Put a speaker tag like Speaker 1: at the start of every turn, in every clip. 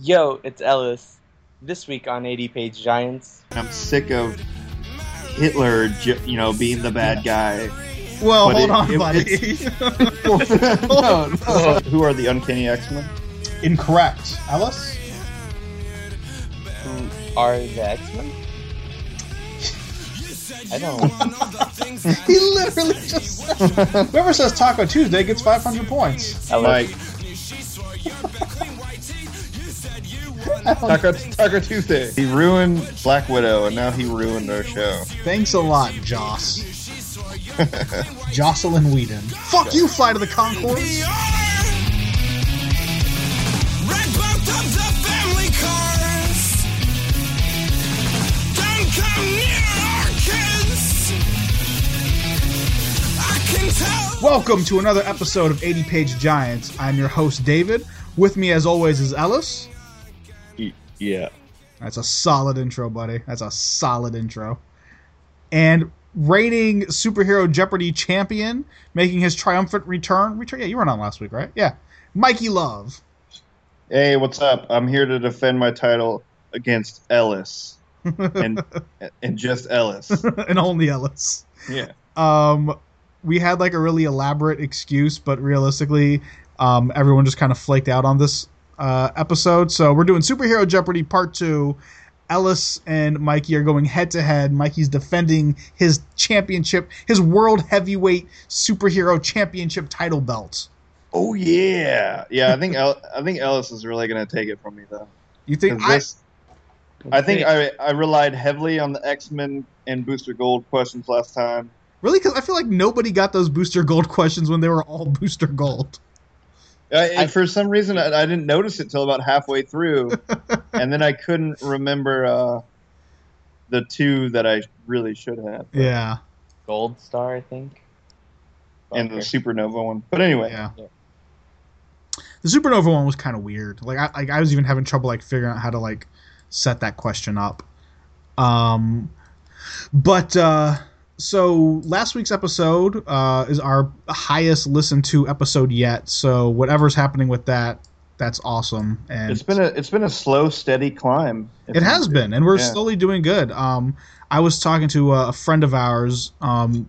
Speaker 1: Yo, it's Ellis. This week on 80 Page Giants.
Speaker 2: I'm sick of Hitler, ju- you know, being the bad guy.
Speaker 3: Well,
Speaker 2: But
Speaker 3: hold
Speaker 2: it-
Speaker 3: on,
Speaker 2: it-
Speaker 3: buddy.
Speaker 2: No, no. Who are the Uncanny X-Men?
Speaker 3: Incorrect. Alice?
Speaker 1: Who are the X Men? I don't.
Speaker 3: He literally just said. Whoever says Taco Tuesday gets 500 points.
Speaker 2: Like
Speaker 1: Ellis.
Speaker 2: Taco, Taco Tuesday. He ruined Black Widow, and now he ruined our show.
Speaker 3: Thanks a lot, Joss. Jocelyn Whedon. Fuck you, Flight of the Concords.
Speaker 4: Red both of the family cars. Don't come near our kids. I can tell.
Speaker 3: Welcome to another episode of 80 Page Giants. I'm your host, David. With me, as always, is Ellis.
Speaker 2: Y- Yeah.
Speaker 3: That's a solid intro, buddy. That's a solid intro. And reigning superhero Jeopardy champion, making his triumphant return. Return? Yeah, you weren't on last week, right? Yeah. Mikey Love.
Speaker 2: Hey, what's up? I'm here to defend my title against Ellis, and and just Ellis.
Speaker 3: and only Ellis.
Speaker 2: Yeah.
Speaker 3: Um, we had like a really elaborate excuse, but realistically, um, everyone just kind of flaked out on this uh, episode. So we're doing Superhero Jeopardy Part 2. Ellis and Mikey are going head to head. Mikey's defending his championship, his world heavyweight superhero championship title belt.
Speaker 2: Oh yeah, yeah. I think El- I think Ellis is really gonna take it from me though.
Speaker 3: You think
Speaker 2: 'Cause
Speaker 3: I,
Speaker 2: this- I think I, I relied heavily on the X Men and Booster Gold questions last time.
Speaker 3: really? Because I feel like nobody got those booster gold questions when they were all booster gold.
Speaker 2: I,
Speaker 1: I-
Speaker 2: for some reason, I, I didn't notice it till about halfway through, and then I couldn't remember uh, the two that I really should have,
Speaker 3: Yeah,
Speaker 1: Gold Star, I think.
Speaker 2: and the
Speaker 1: Fucker.
Speaker 2: Supernova one. But anyway,
Speaker 3: yeah. The supernova one was kind of weird. Like I, like I was even having trouble like figuring out how to like set that question up. Um, but uh, so last week's episode uh, is our highest listened to episode yet. So whatever's happening with that, that's awesome. And
Speaker 2: it's been a it's been a slow, steady climb.
Speaker 3: it has been, and we're
Speaker 2: Yeah.
Speaker 3: slowly doing good. Um, I was talking to uh, a, a friend of ours. Um,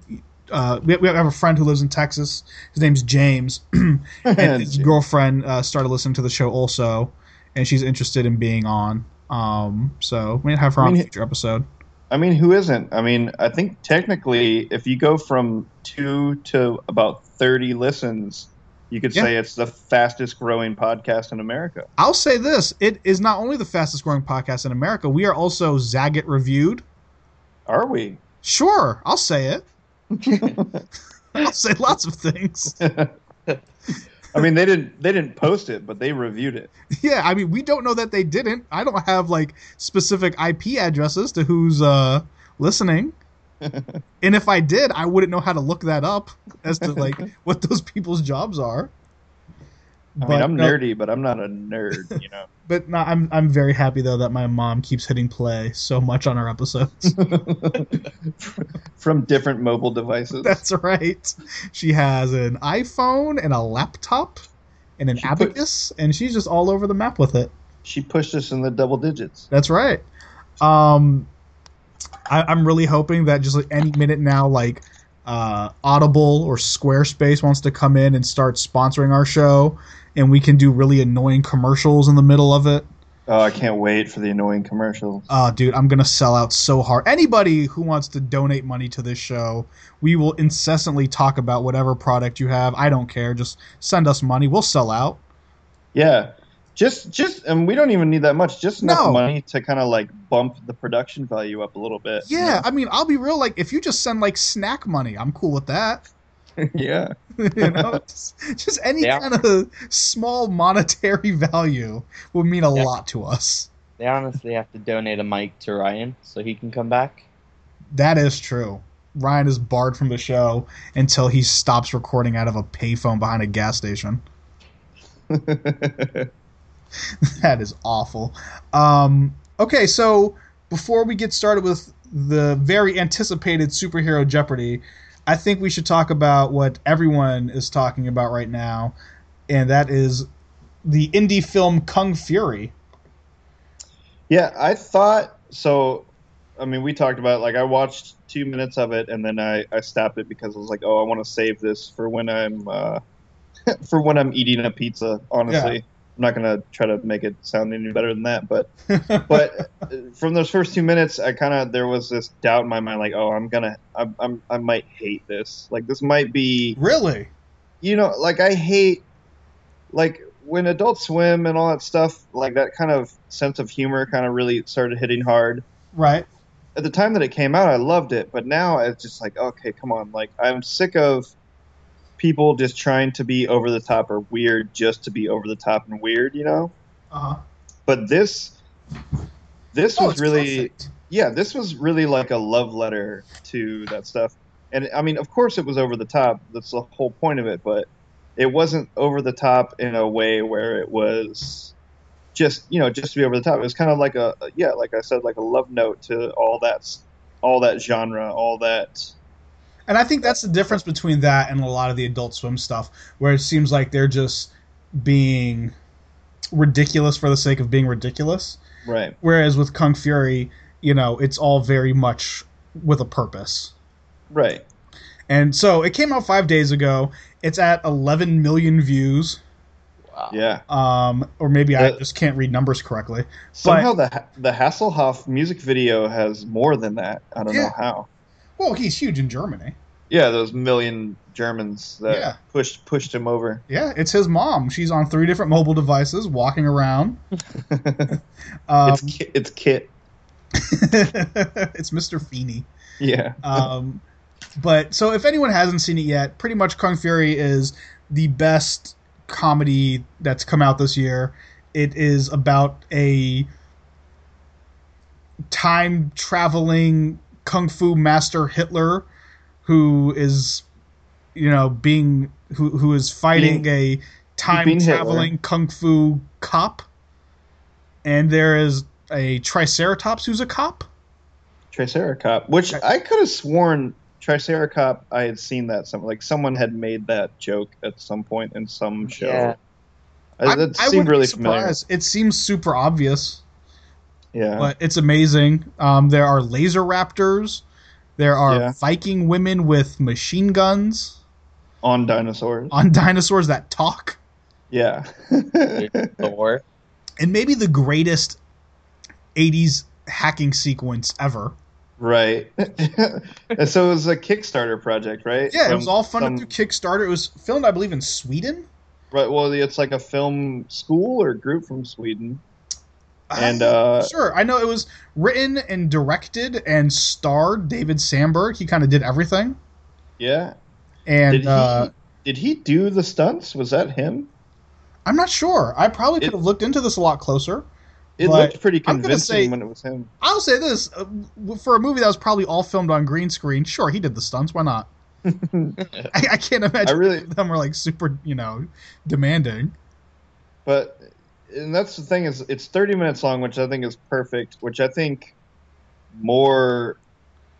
Speaker 3: uh, we, we have a friend who lives in Texas. His name's James, and his girlfriend uh, started listening to the show also, and she's interested in being on. Um, so we might have her
Speaker 2: I
Speaker 3: on a
Speaker 2: mean,
Speaker 3: future episode.
Speaker 2: I mean, who isn't? I mean, I think technically, if you go from two to about thirty listens, you could
Speaker 3: Yeah.
Speaker 2: say it's the fastest growing podcast in America.
Speaker 3: I'll say this: it is not only the fastest growing podcast in America. We are also Zagat reviewed.
Speaker 2: Are we?
Speaker 3: Sure, I'll say it. I'll say lots of things.
Speaker 2: I mean, they didn't they didn't post it, but they reviewed it.
Speaker 3: Yeah, I mean, we don't know that they didn't. I don't have like specific IP addresses to who's uh listening. and if I did, I wouldn't know how to look that up as to like what those people's jobs are.
Speaker 2: I mean, I'm
Speaker 3: no,
Speaker 2: nerdy, but I'm not a nerd, you know.
Speaker 3: But no, I'm I'm very happy though that my mom keeps hitting play so much on our episodes.
Speaker 2: From different mobile devices.
Speaker 3: That's right. She has an iPhone and a laptop and an
Speaker 2: She put-
Speaker 3: abacus, and she's just all over the map with it.
Speaker 2: She pushed us in the double digits.
Speaker 3: That's right. Um, I, I'm really hoping that just like any minute now, like uh, Audible or Squarespace wants to come in and start sponsoring our show, and we can do really annoying commercials in the middle of it.
Speaker 2: Oh, I can't wait for the annoying commercials.
Speaker 3: Uh, dude, I'm gonna sell out so hard. Anybody who wants to donate money to this show, we will incessantly talk about whatever product you have. I don't care. Just send us money. We'll sell out.
Speaker 2: Yeah. Just just and we don't even need that much. Just enough
Speaker 3: No.
Speaker 2: money to kind of like bump the production value up a little bit. you
Speaker 3: Yeah, I mean, I'll be real. Like, if you just send like snack money, I'm cool with that.
Speaker 2: know? yeah.
Speaker 3: you know just, just any
Speaker 1: Yeah.
Speaker 3: kind of small monetary value would mean a
Speaker 1: Yeah.
Speaker 3: lot to us
Speaker 1: They honestly have to donate a mic to Ryan so he can come back.
Speaker 3: that is true ryan is barred from the show until he stops recording out of a payphone behind a gas station that is awful um, okay so before we get started with the very anticipated superhero jeopardy i think we should talk about what everyone is talking about right now and that is the indie film kung fury
Speaker 2: Yeah, I thought so. I mean, we talked about it, like I watched two minutes of it and then I, I stopped it because I was like, oh, I want to save this for when I'm uh, for when I'm eating a pizza. Honestly, I'm not gonna try to make it sound any better than that. But but uh, from those first two minutes, I kind of there was this doubt in my mind, like, oh, I'm gonna, I'm, I'm, I might hate this. Like this might be
Speaker 3: really?
Speaker 2: you know, like I hate like when Adult Swim and all that stuff, like that kind of sense of humor kind of really started hitting hard.
Speaker 3: Right.
Speaker 2: At the time that it came out, I loved it, but now it's just like, okay, come on, like I'm sick of people just trying to be over the top or weird just to be over the top and weird, you know?
Speaker 3: Uh huh.
Speaker 2: But this
Speaker 3: Oh,
Speaker 2: this was really yeah, this was really like a love letter to that stuff. And I mean, of course, it was over the top. That's the whole point of it. But it wasn't over the top in a way where it was just you know just to be over the top. It was kind of like a yeah, like I said, like a love note to all that all that genre, all that.
Speaker 3: And I think that's the difference between that and a lot of the Adult Swim stuff, where it seems like they're just being ridiculous for the sake of being ridiculous.
Speaker 2: Right.
Speaker 3: Whereas with Kung Fury, you know, it's all very much with a purpose.
Speaker 2: Right.
Speaker 3: And so it came out five days ago. It's at 11 million views,
Speaker 1: Wow.
Speaker 2: Yeah.
Speaker 3: um, or maybe I
Speaker 2: The-
Speaker 3: just can't read numbers correctly.
Speaker 2: Somehow the the Hasselhoff music video has more than that. I don't
Speaker 3: Yeah.
Speaker 2: know how.
Speaker 3: Well, he's huge in Germany.
Speaker 2: Yeah, those million Germans that
Speaker 3: Yeah.
Speaker 2: pushed pushed him over.
Speaker 3: Yeah, it's his mom. She's on three different mobile devices, walking around. Um,
Speaker 2: it's Ki- it's Kit.
Speaker 3: it's Mr. Feeney.
Speaker 2: Yeah.
Speaker 3: Um, but so if anyone hasn't seen it yet, pretty much Kung Fury is the best comedy that's come out this year. It is about a time traveling kung fu master Hitler who is you know being who who is fighting a time
Speaker 2: being Hitler.
Speaker 3: traveling kung fu cop and there is a triceratops who's a cop
Speaker 2: Triceracop, which I could have sworn Triceracop, I had seen that some like someone had made that joke at some point in some show.
Speaker 1: Yeah.
Speaker 2: I,
Speaker 3: I'm-
Speaker 2: that
Speaker 3: I
Speaker 2: seemed
Speaker 3: wouldn't
Speaker 2: really
Speaker 3: be
Speaker 2: familiar.
Speaker 3: surprised. It seems super obvious,
Speaker 2: Yeah,
Speaker 3: but it's amazing. Um, there are laser raptors. There are
Speaker 2: Yeah.
Speaker 3: Viking women with machine guns
Speaker 2: on dinosaurs.
Speaker 3: on dinosaurs that talk.
Speaker 2: Yeah,
Speaker 1: Thor.
Speaker 3: And maybe the greatest 80s hacking sequence ever.
Speaker 2: right. and so it was a Kickstarter project, right?
Speaker 3: Yeah, it
Speaker 2: From
Speaker 3: was all funded
Speaker 2: some-
Speaker 3: through Kickstarter. It was filmed, I believe, in Sweden.
Speaker 2: Right. Well, it's like a film school or group from Sweden, and uh,
Speaker 3: sure, I know it was written and directed and starred David Sandberg. He kind of did everything.
Speaker 2: yeah,
Speaker 3: And
Speaker 2: did he
Speaker 3: uh,
Speaker 2: did he do the stunts? Was that him?
Speaker 3: I'm not sure. I probably
Speaker 2: It-
Speaker 3: could have looked into this a lot closer.
Speaker 2: It
Speaker 3: But
Speaker 2: looked pretty
Speaker 3: I'm gonna
Speaker 2: convincing
Speaker 3: say-
Speaker 2: when it was him.
Speaker 3: I'll say this uh, w- for a movie that was probably all filmed on green screen. Sure, he did the stunts. Why not? I, I can't
Speaker 2: I
Speaker 3: imagine
Speaker 2: really
Speaker 3: them were like super, you know, demanding.
Speaker 2: but and that's the thing is it's 30 minutes long which i think is perfect which i think more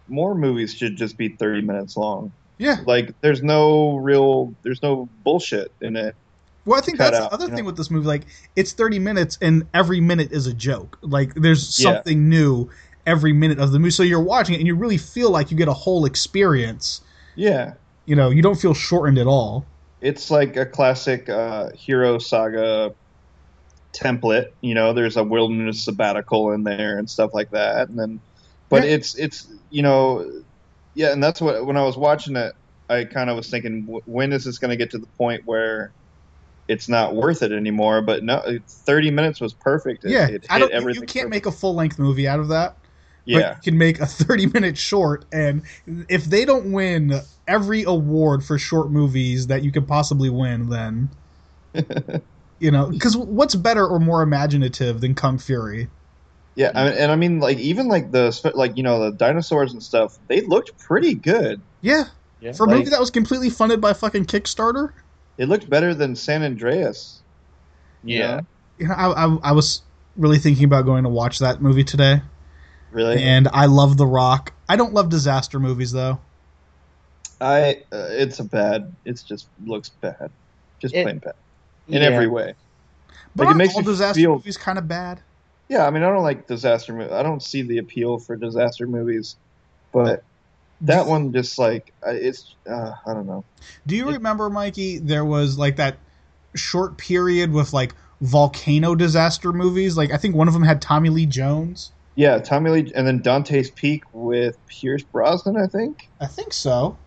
Speaker 2: more movies should just be 30 minutes long
Speaker 3: Yeah.
Speaker 2: like there's no real there's no bullshit in it
Speaker 3: Well, I think
Speaker 2: Cut
Speaker 3: that's
Speaker 2: out,
Speaker 3: the other
Speaker 2: you know.
Speaker 3: thing with this movie. Like, it's 30 minutes, and every minute is a joke. Like, there's
Speaker 2: Yeah.
Speaker 3: something new every minute of the movie. So you're watching it, and you really feel like you get a whole experience.
Speaker 2: yeah
Speaker 3: You know, you don't feel shortened at all.
Speaker 2: it's like a classic uh, hero saga template you know there's a wilderness sabbatical in there and stuff like that and then but
Speaker 3: Yeah.
Speaker 2: it's it's you know yeah and that's what when i was watching it i kind of was thinking "Wh- when is this going to get to the point where it's not worth it anymore but no 30 minutes was perfect It-
Speaker 3: yeah,
Speaker 2: it hit
Speaker 3: I don't. You, you
Speaker 2: everything
Speaker 3: can't
Speaker 2: perfect.
Speaker 3: make a full length movie out of that.
Speaker 2: yeah
Speaker 3: but you can make a 30 minute short and if they don't win every award for short movies that you could possibly win then you know because what's better or more imaginative than kung fury
Speaker 2: yeah I mean, and i mean like even like the sp- like you know the dinosaurs and stuff they looked pretty good
Speaker 3: yeah
Speaker 1: Yeah.
Speaker 3: for a
Speaker 2: Like-
Speaker 3: movie that was completely funded by fucking kickstarter
Speaker 2: they looked better than san andreas you
Speaker 1: Yeah.
Speaker 2: know?
Speaker 3: you know i, I, I was really thinking about going to watch that movie today
Speaker 2: really
Speaker 3: and i love the rock i don't love disaster movies though
Speaker 2: I uh, it's a bad. It's just looks bad, just
Speaker 1: It-
Speaker 2: plain bad in every way.
Speaker 3: but
Speaker 2: Like, it
Speaker 3: aren't
Speaker 2: makes
Speaker 3: all
Speaker 2: you
Speaker 3: disaster
Speaker 2: feel-
Speaker 3: movies kind of bad
Speaker 2: Yeah, I mean, I don't like disaster movies. I don't see the appeal for disaster movies, but that one just like I- it's uh, I don't know.
Speaker 3: Do you remember, Mikey? There was like that short period with like volcano disaster movies. Like I think one of them had Tommy Lee Jones.
Speaker 2: Yeah, Tommy Lee, and then Dante's Peak with Pierce Brosnan, I think,
Speaker 3: I think so.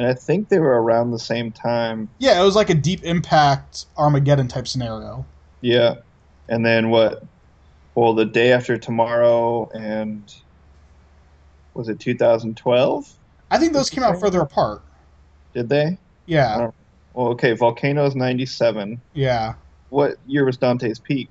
Speaker 2: and I think they were around the same time.
Speaker 3: Yeah, it was like a Deep Impact Armageddon type scenario.
Speaker 2: Yeah, and then what? Well, the day after tomorrow, and was it 2012?
Speaker 3: I think those came out further apart.
Speaker 2: Did they?
Speaker 3: Yeah,
Speaker 2: Well, okay, Volcano's 97.
Speaker 3: yeah.
Speaker 2: What year was Dante's Peak?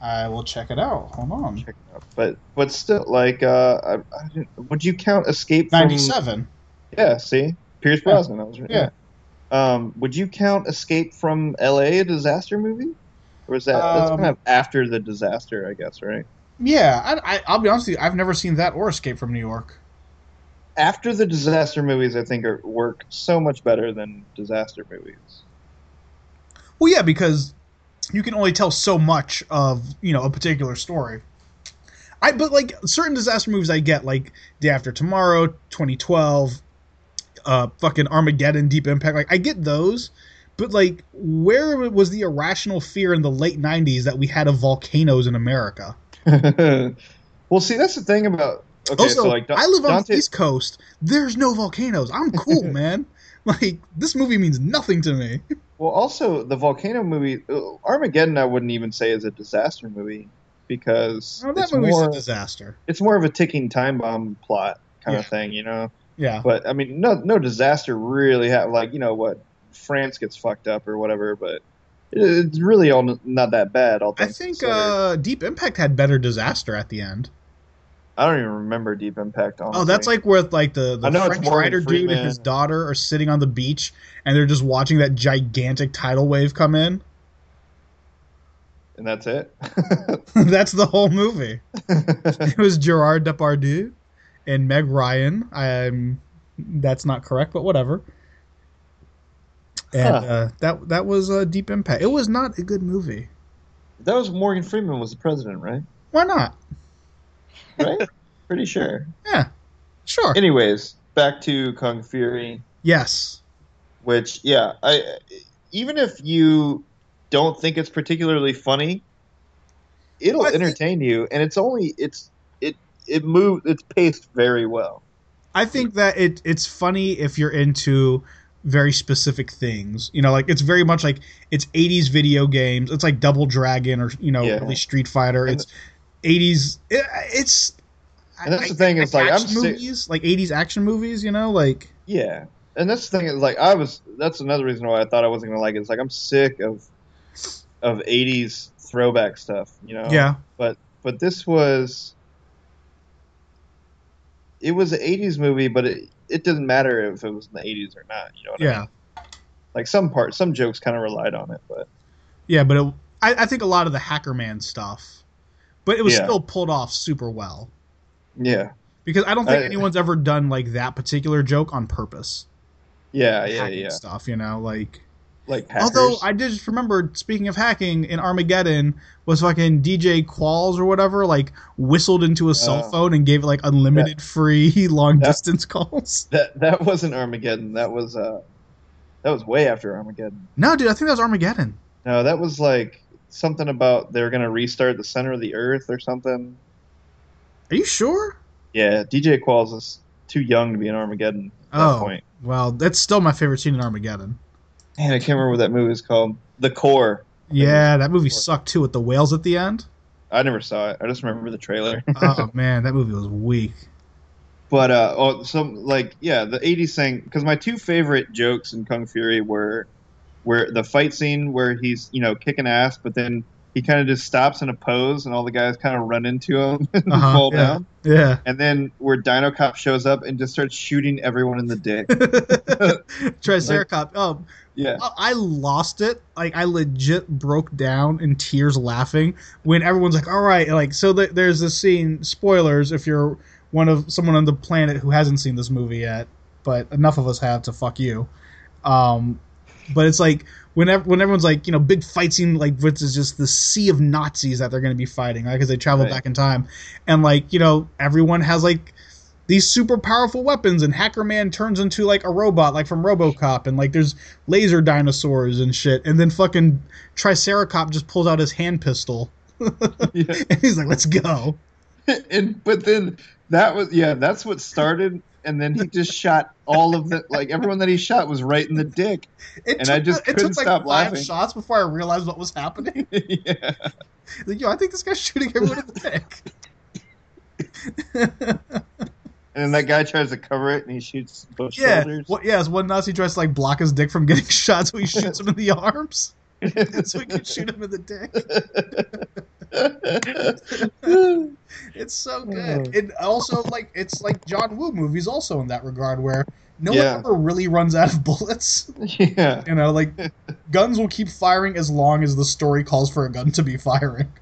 Speaker 3: I will check it out. Hold on.
Speaker 2: Check it out. But but still, like, uh, I, I didn't, would you count Escape from?
Speaker 3: Ninety-seven.
Speaker 2: Yeah, see, Pierce Brosnan. I was yeah. Um, would you count Escape from L.A. a disaster movie? Or is that that's
Speaker 3: Um,
Speaker 2: kind of after the disaster, I guess, right?
Speaker 3: Yeah, I, I, I'll be honest with you. I've never seen that or Escape from New York.
Speaker 2: After the disaster movies, I think are, work so much better than disaster movies.
Speaker 3: Well, yeah, because you can only tell so much of you know a particular story. I but like certain disaster movies, I get like Day After Tomorrow, 2012, uh, fucking Armageddon, Deep Impact. Like I get those, but like where was the irrational fear in the late 90s that we had of volcanoes in America?
Speaker 2: well, see, that's the thing about. Okay,
Speaker 3: also,
Speaker 2: so like Da-
Speaker 3: I live on
Speaker 2: Dante-
Speaker 3: the East Coast. There's no volcanoes. I'm cool, man. Like this movie means nothing to me.
Speaker 2: Well, also the volcano movie uh, Armageddon, I wouldn't even say is a disaster movie because
Speaker 3: Well, that
Speaker 2: it's
Speaker 3: movie's
Speaker 2: more
Speaker 3: a disaster.
Speaker 2: it's more of a ticking time bomb plot kind of
Speaker 3: Yeah.
Speaker 2: thing, you know.
Speaker 3: Yeah.
Speaker 2: But I mean, no no disaster really happened. Like you know what, France gets fucked up or whatever, but it, it's really all n- not that bad. All
Speaker 3: I
Speaker 2: things
Speaker 3: think
Speaker 2: considered.
Speaker 3: uh, Deep Impact had better disaster at the end.
Speaker 2: I don't even remember Deep Impact. Honestly.
Speaker 3: Oh, that's like where like the,
Speaker 2: I
Speaker 3: the
Speaker 2: know it's
Speaker 3: French
Speaker 2: Morgan
Speaker 3: rider dude and
Speaker 2: Freeman.
Speaker 3: his daughter are sitting on the beach and they're just watching that gigantic tidal wave come in.
Speaker 2: and that's it.
Speaker 3: That's the whole movie. It was Gerard Depardieu and Meg Ryan. I'm that's not correct, but whatever. And
Speaker 2: Huh.
Speaker 3: uh, that that was uh, Deep Impact. It was not a good movie.
Speaker 2: that was Morgan Freeman was the president, right?
Speaker 3: Why not?
Speaker 2: Right, pretty sure.
Speaker 3: Yeah, sure.
Speaker 2: Anyways, back to Kung Fury.
Speaker 3: yes.
Speaker 2: which yeah i even if you don't think it's particularly funny it'll
Speaker 3: Well, I think-
Speaker 2: entertain you and it's only it's it it moved it's paced very well
Speaker 3: I think that it it's funny if you're into very specific things. You know, like it's very much like it's 80s video games. It's like Double Dragon or you know,
Speaker 2: Yeah.
Speaker 3: really Street Fighter.
Speaker 2: And
Speaker 3: It's 80s. It, it's
Speaker 2: And that's the thing, it's like, I'm
Speaker 3: action
Speaker 2: sick-
Speaker 3: movies, like 80s action movies. You know, like
Speaker 2: yeah and that's the thing is like i was that's another reason why i thought i wasn't gonna like it it's like i'm sick of of 80s throwback stuff you know
Speaker 3: yeah,
Speaker 2: but this was it was an 80s movie but it it doesn't matter if it was in the 80s or not you know what I mean?
Speaker 3: yeah,
Speaker 2: like some parts some jokes kind of relied on it but
Speaker 3: yeah. But it, I, I think a lot of the Hacker Man stuff, but it was
Speaker 2: Yeah.
Speaker 3: still pulled off super well
Speaker 2: yeah
Speaker 3: because I don't think
Speaker 2: I-
Speaker 3: anyone's ever done like that particular joke on purpose.
Speaker 2: yeah yeah
Speaker 3: hacking
Speaker 2: yeah
Speaker 3: Stuff, you know, like.
Speaker 2: like hackers.
Speaker 3: Although I did just remember, speaking of hacking, in Armageddon was fucking DJ Qualls or whatever, like whistled into a cell
Speaker 2: Oh.
Speaker 3: phone and gave it like unlimited free long distance calls.
Speaker 2: that that wasn't Armageddon. That was uh, that was way after Armageddon.
Speaker 3: No, dude, I think that was Armageddon.
Speaker 2: No, that was like something about they're gonna restart the center of the earth or something.
Speaker 3: Are you sure?
Speaker 2: Yeah, DJ Qualls is too young to be in Armageddon at
Speaker 3: Oh,
Speaker 2: that point.
Speaker 3: well, that's still my favorite scene in Armageddon.
Speaker 2: Man, I can't remember what that movie was called. The Core.
Speaker 3: Yeah, that movie sucked too with the whales at the end.
Speaker 2: I never saw it. I just remember the trailer.
Speaker 3: Oh man, that movie was weak.
Speaker 2: But uh, oh, some like yeah, the '80s thing. Because my two favorite jokes in Kung Fury were, where the fight scene where he's you know kicking ass, but then he kind of just stops in a pose, and all the guys kind of run into him and
Speaker 3: Uh-huh,
Speaker 2: fall
Speaker 3: yeah.
Speaker 2: down.
Speaker 3: Yeah.
Speaker 2: And then where Dino Cop shows up and just starts shooting everyone in the dick.
Speaker 3: Triceracop. Oh,
Speaker 2: Yeah,
Speaker 3: I- I lost it. Like I legit broke down in tears laughing when everyone's like, "All right, like so." Th- there's this scene. Spoilers if you're one of someone on the planet who hasn't seen this movie yet, but enough of us have to fuck you. Um, But it's like whenever when everyone's like, you know, big fight scene like which is just the sea of Nazis that they're going to be fighting, like as they travel
Speaker 2: Right.
Speaker 3: back in time, and like you know, everyone has like these super powerful weapons, and Hacker Man turns into like a robot, like from RoboCop, and like there's laser dinosaurs and shit, and then fucking Triceracop just pulls out his hand pistol,
Speaker 2: Yeah.
Speaker 3: and he's like, "Let's go."
Speaker 2: and but then that was yeah, that's what started, and then he just shot all of the like everyone that he shot was right in the dick.
Speaker 3: It
Speaker 2: And I just
Speaker 3: it
Speaker 2: couldn't
Speaker 3: took like
Speaker 2: stop
Speaker 3: five
Speaker 2: laughing.
Speaker 3: shots before I realized what was happening.
Speaker 2: yeah.
Speaker 3: Like, yo, I think this guy's shooting everyone in the dick.
Speaker 2: And that guy tries to cover it, and he shoots both
Speaker 3: yeah,
Speaker 2: shoulders.
Speaker 3: what, yeah. Is one Nazi tries to like block his dick from getting shot, so he shoots him in the arms, so he can shoot him in the dick. It's so good. And also, like, it's like John Woo movies also in that regard, where no
Speaker 2: Yeah.
Speaker 3: one ever really runs out of bullets.
Speaker 2: yeah.
Speaker 3: You know, like guns will keep firing as long as the story calls for a gun to be firing.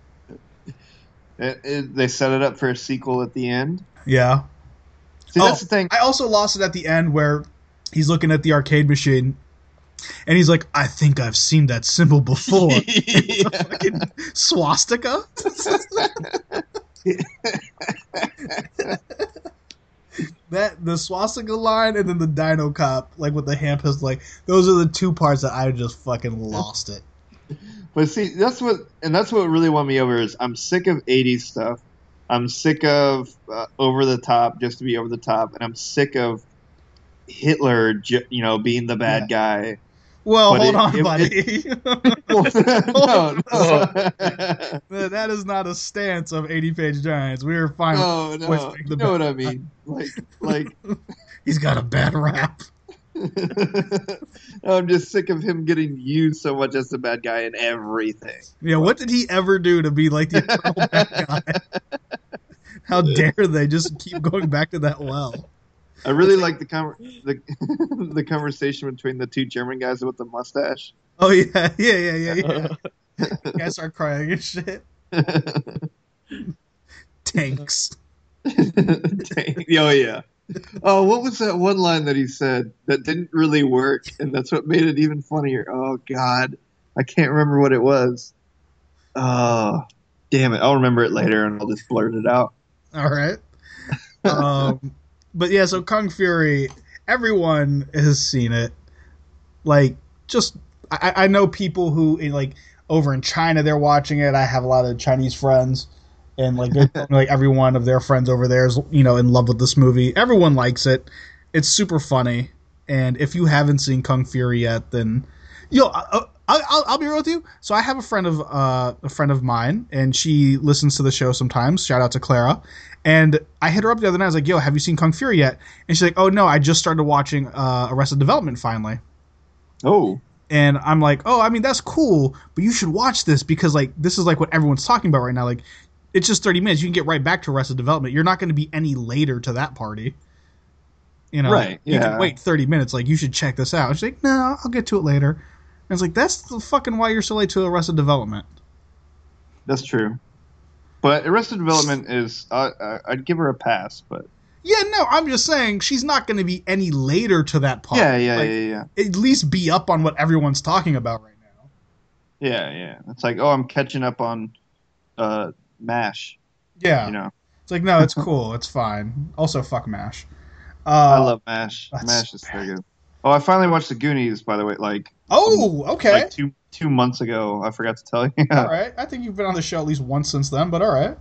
Speaker 2: It, it, they set it up for a sequel at the end.
Speaker 3: Yeah.
Speaker 2: See,
Speaker 3: Oh.
Speaker 2: that's the thing.
Speaker 3: I also lost it at the end where he's looking at the arcade machine and he's like, I think I've seen that symbol before.
Speaker 2: Yeah.
Speaker 3: The fucking swastika? that the swastika line and then the dino cop, like with the hand pistol, like those are the two parts that I just fucking lost it.
Speaker 2: But see, that's what, and that's what really won me over is I'm sick of '80s stuff. I'm sick of uh, over the top, just to be over the top, and I'm sick of Hitler, ju- you know, being the bad guy.
Speaker 3: Well,
Speaker 2: But
Speaker 3: hold
Speaker 2: it-
Speaker 3: on,
Speaker 2: it-
Speaker 3: buddy.
Speaker 2: Well, no, no.
Speaker 3: that is not a stance of 80 page giants. We are fine. with
Speaker 2: no, no.
Speaker 3: Let's make the
Speaker 2: You know what I mean? Like, like,
Speaker 3: He's got a bad rap.
Speaker 2: I'm just sick of him getting used so much as the bad guy in everything.
Speaker 3: Yeah, what did he ever do to be like the eternal bad guy? How dare they just keep going back to that well?
Speaker 2: I really like the con- the, the conversation between the two German guys with the mustache.
Speaker 3: Oh yeah, yeah, yeah, yeah, yeah. You guys start crying and shit. Tanks.
Speaker 2: Dang. Oh yeah. Oh, what was that one line that he said that didn't really work, and that's what made it even funnier? Oh God, I can't remember what it was. Oh, damn it! I'll remember it later, and I'll just blurt it out.
Speaker 3: All right. Um, but yeah, so Kung Fury, everyone has seen it. Like, just I, I know people who in, like over in China they're watching it. I have a lot of Chinese friends, and like they're telling me, like every one of their friends over there is you know in love with this movie. Everyone likes it. It's super funny. And if you haven't seen Kung Fury yet, then yo, I, I, I'll, I'll be real with you. So I have a friend of uh, a friend of mine, and she listens to the show sometimes. Shout out to Clara. And I hit her up the other night. I was like, "Yo, have you seen Kung Fury yet?" And she's like, "Oh no, I just started watching uh, Arrested Development finally."
Speaker 2: Oh,
Speaker 3: And I'm like, "Oh, I mean that's cool, but you should watch this because like this is like what everyone's talking about right now. Like, it's just 30 minutes. You can get right back to Arrested Development. You're not going to be any later to that party." You know,
Speaker 2: Right,
Speaker 3: You
Speaker 2: yeah.
Speaker 3: can wait 30 minutes. Like, you should check this out. And she's like, "No, I'll get to it later." And I was like, "That's the fucking why you're so late to Arrested Development."
Speaker 2: that's true. But Arrested Development is I I I'd give her a pass, but
Speaker 3: Yeah, no, I'm just saying she's not going to be any later to that party.
Speaker 2: yeah, yeah,
Speaker 3: Like,
Speaker 2: yeah, yeah.
Speaker 3: at least be up on what everyone's talking about right now.
Speaker 2: Yeah, yeah. It's like, oh, I'm catching up on uh Mash.
Speaker 3: Yeah.
Speaker 2: You know,
Speaker 3: It's like, no, it's cool. It's fine. Also, fuck MASH. Uh,
Speaker 2: I love Mash.
Speaker 3: that's
Speaker 2: Mash is
Speaker 3: so
Speaker 2: so good. Oh, I finally watched the Goonies, by the way. Like,
Speaker 3: Oh, okay.
Speaker 2: like two two months ago, I forgot to tell you.
Speaker 3: all right. I think you've been on the show at least once since then, but all right.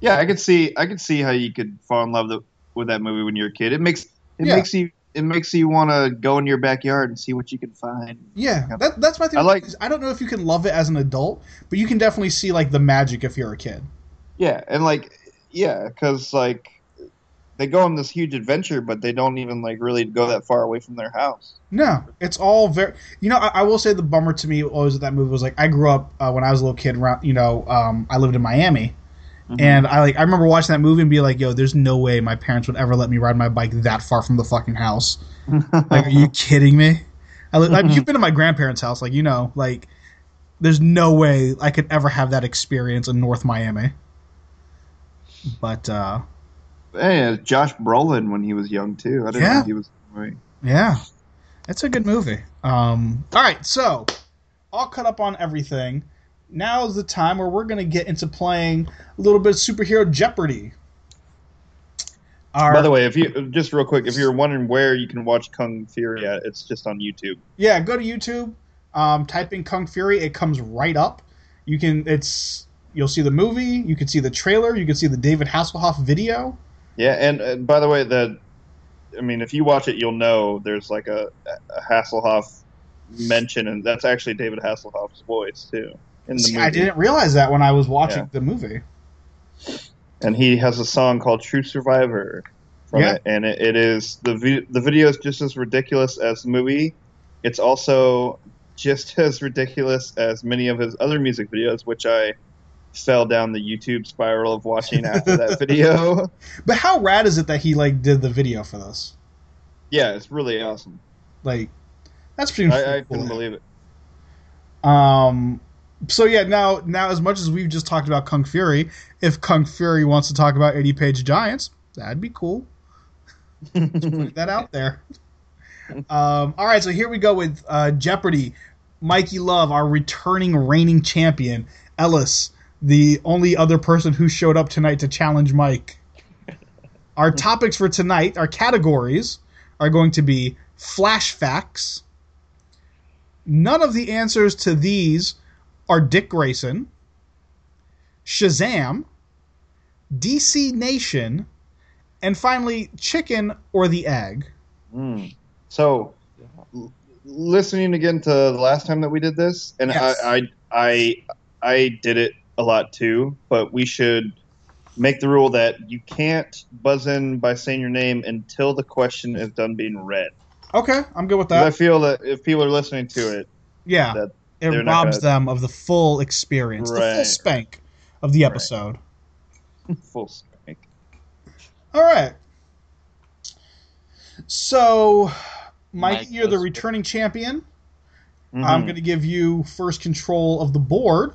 Speaker 2: yeah, I could see, I could see how you could fall in love the, with that movie when you're a kid. It makes it
Speaker 3: Yeah.
Speaker 2: makes you it makes you want to go in your backyard and see what you can find.
Speaker 3: Yeah,
Speaker 2: Yeah.
Speaker 3: that, that's my thing.
Speaker 2: I like-
Speaker 3: I don't know if you can love it as an adult, but you can definitely see like the magic if you're a kid.
Speaker 2: Yeah, and like, yeah, because like they go on this huge adventure, but they don't even like really go that far away from their house.
Speaker 3: No, it's all very. You know, I, I will say the bummer to me always with that movie was like I grew up uh, when I was a little kid. Around, you know, um, I lived in Miami,
Speaker 2: Mhm.
Speaker 3: and I like I remember watching that movie and be like, "Yo, there's no way my parents would ever let me ride my bike that far from the fucking house." Like, are you kidding me? I li- like, you've been to my grandparents' house, like you know, like there's no way I could ever have that experience in North Miami. But uh,
Speaker 2: Yeah, Josh Brolin when he was young too. I didn't
Speaker 3: Yeah.
Speaker 2: know he was. in the movie.
Speaker 3: yeah, it's a good movie. Um, all right, so all cut up on everything. Now's the time where we're going to get into playing a little bit of superhero Jeopardy. Our,
Speaker 2: By the way, if you just real quick, if you're wondering where you can watch Kung Fury at, it's just on YouTube.
Speaker 3: yeah, go to YouTube, um, type in Kung Fury. It comes right up. You can it's you'll see the movie. You can see the trailer. You can see the David Hasselhoff video.
Speaker 2: Yeah, and, and by the way, the I mean, if you watch it, you'll know there's like a, a Hasselhoff mention, and that's actually David Hasselhoff's voice too in the
Speaker 3: See,
Speaker 2: movie.
Speaker 3: I didn't realize that when I was watching
Speaker 2: Yeah.
Speaker 3: the movie.
Speaker 2: And he has a song called "True Survivor" from
Speaker 3: Yeah.
Speaker 2: it, and it, it is the vi- the video is just as ridiculous as the movie. It's also just as ridiculous as many of his other music videos, which I fell down the YouTube spiral of watching after that video.
Speaker 3: But how rad is it that he like did the video for this?
Speaker 2: Yeah, it's really awesome.
Speaker 3: Like that's pretty.
Speaker 2: I, I
Speaker 3: cool.
Speaker 2: couldn't believe it.
Speaker 3: Um, so yeah, now now as much as we've just talked about Kung Fury, if Kung Fury wants to talk about 80 Page Giants, that'd be cool. Put that out there. Um, all right, so here we go with uh, Jeopardy. Mikey Love, our returning reigning champion. Ellis, the only other person who showed up tonight to challenge Mike. Our topics for tonight, our categories, are going to be flash facts. None of the answers to these are Dick Grayson, Shazam, DC Nation, and finally, Chicken or the Egg.
Speaker 2: Mm. So, l- listening again to the last time that we did this, and
Speaker 3: Yes.
Speaker 2: I, I, I, I did it a lot too. But we should make the rule that you can't buzz in by saying your name until the question is done being read.
Speaker 3: Okay, I'm good with
Speaker 2: 'Cause I
Speaker 3: that.
Speaker 2: feel that if people are listening to it,
Speaker 3: Yeah,
Speaker 2: that
Speaker 3: it
Speaker 2: they're not
Speaker 3: robs
Speaker 2: gonna-
Speaker 3: them of the full experience, the full
Speaker 2: Right.
Speaker 3: spank of the
Speaker 2: Right.
Speaker 3: episode.
Speaker 2: full strike.
Speaker 3: All right. So, Mike,
Speaker 1: Mike
Speaker 3: you're the
Speaker 1: goes-
Speaker 3: returning champion.
Speaker 2: Mm-hmm.
Speaker 3: I'm
Speaker 2: Mhm.
Speaker 3: going to give you first control of the board.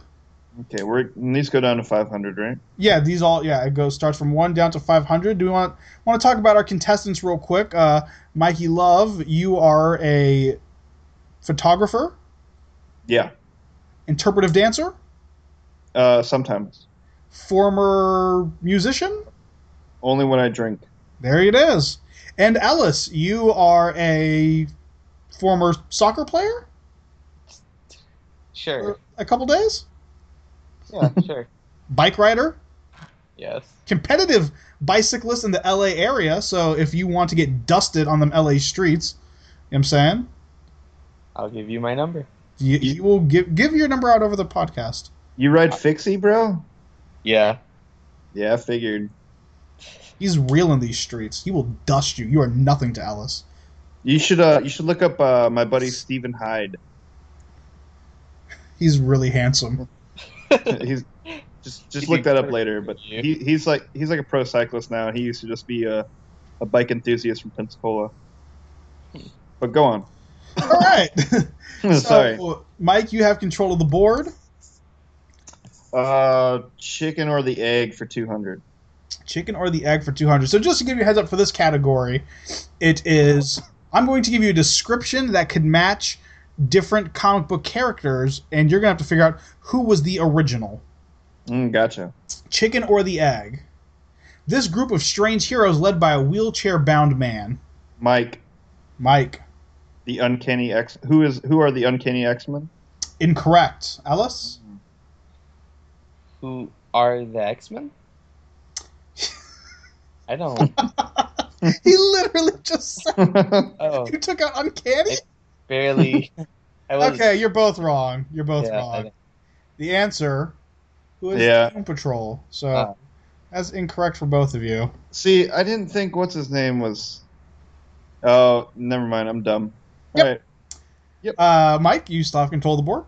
Speaker 2: Okay, we're and these go down to five hundred, right?
Speaker 3: Yeah, these all yeah, it goes starts from 1 down to 500. Do we want want to talk about our contestants real quick? Uh, Mikey Love, you are a photographer,
Speaker 2: Yeah.
Speaker 3: interpretive dancer,
Speaker 2: Uh, sometimes
Speaker 3: former musician.
Speaker 2: only when I drink.
Speaker 3: There it is. And Ellis, you are a former soccer player
Speaker 1: Sure.
Speaker 3: for a couple days,
Speaker 1: Yeah, sure.
Speaker 3: bike rider,
Speaker 1: Yes.
Speaker 3: competitive bicyclist in the LA area. So if you want to get dusted on them LA streets, you know what I'm saying?
Speaker 1: I'll give you my number.
Speaker 3: You, you will give give your number out over the podcast.
Speaker 2: You ride fixie, bro?
Speaker 1: Yeah.
Speaker 2: Yeah, I figured.
Speaker 3: He's real in these streets. He will dust you. You are nothing to Ellis.
Speaker 2: You should uh, you should look up uh, my buddy Stephen Hyde.
Speaker 3: He's really handsome.
Speaker 2: He's just just
Speaker 1: He'd
Speaker 2: look
Speaker 1: be
Speaker 2: that up
Speaker 1: better
Speaker 2: later.
Speaker 1: than
Speaker 2: But
Speaker 1: you.
Speaker 2: he, he's like he's like a pro cyclist now. He used to just be a, a bike enthusiast from Pensacola. But go on.
Speaker 3: All right.
Speaker 2: Sorry.
Speaker 3: So, Mike, you have control of the board.
Speaker 2: Uh, chicken or the egg for two hundred.
Speaker 3: chicken or the egg for 200 so just to give you a heads up for this category it is i'm going to give you a description that could match different comic book characters and you're going to have to figure out who was the original
Speaker 2: Mm, gotcha.
Speaker 3: chicken or the egg this group of strange heroes led by a wheelchair bound man
Speaker 2: Mike,
Speaker 3: mike
Speaker 2: the uncanny X. Who is who are the uncanny X Men?
Speaker 3: incorrect ellis
Speaker 1: Who are the X Men? I don't.
Speaker 3: he literally just said
Speaker 1: Oh,
Speaker 3: you took out uncanny
Speaker 1: barely. I was,
Speaker 3: okay you're both wrong you're both
Speaker 1: Yeah, I
Speaker 3: wrong
Speaker 1: know.
Speaker 3: the answer who is
Speaker 2: Yeah.
Speaker 3: Doom Patrol. So
Speaker 1: Ah.
Speaker 3: that's incorrect for both of you.
Speaker 2: See, I didn't think what's his name was. Oh, never mind. I'm dumb.
Speaker 3: Yep.
Speaker 2: All right.
Speaker 3: Uh, Mike, you still have control of the board.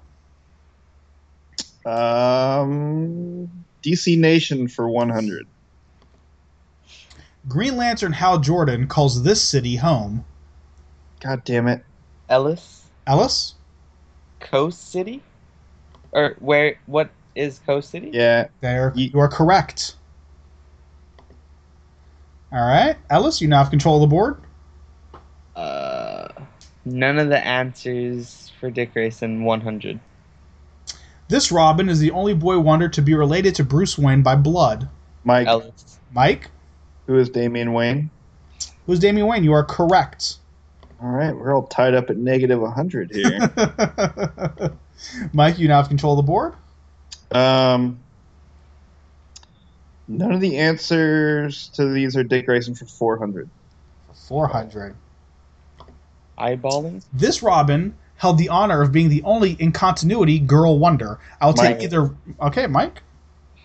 Speaker 2: Um, DC Nation for 100.
Speaker 3: Green Lantern Hal Jordan calls this city home.
Speaker 2: God damn it.
Speaker 1: Ellis
Speaker 3: Ellis?
Speaker 1: Coast City, or where? What is Coast City?
Speaker 2: Yeah.
Speaker 3: There,
Speaker 2: Ye-
Speaker 3: you are correct. All right, Ellis, you now have control of the board.
Speaker 1: Uh, none of the answers for Dick Grayson 100.
Speaker 3: This Robin is the only boy wonder to be related to Bruce Wayne by blood.
Speaker 2: Mike,
Speaker 1: Ellis.
Speaker 3: Mike,
Speaker 2: who is Damian Wayne?
Speaker 3: who's Damian Wayne? You are correct.
Speaker 2: All right, we're all tied up at negative 100 here.
Speaker 3: Mike, you now have control of the board.
Speaker 2: um, none of the answers to these are Dick Grayson for 400.
Speaker 3: 400.
Speaker 1: Eyeballing?
Speaker 3: This Robin held the honor of being the only in continuity girl wonder. I'll take
Speaker 2: Mike.
Speaker 3: either. Okay, Mike.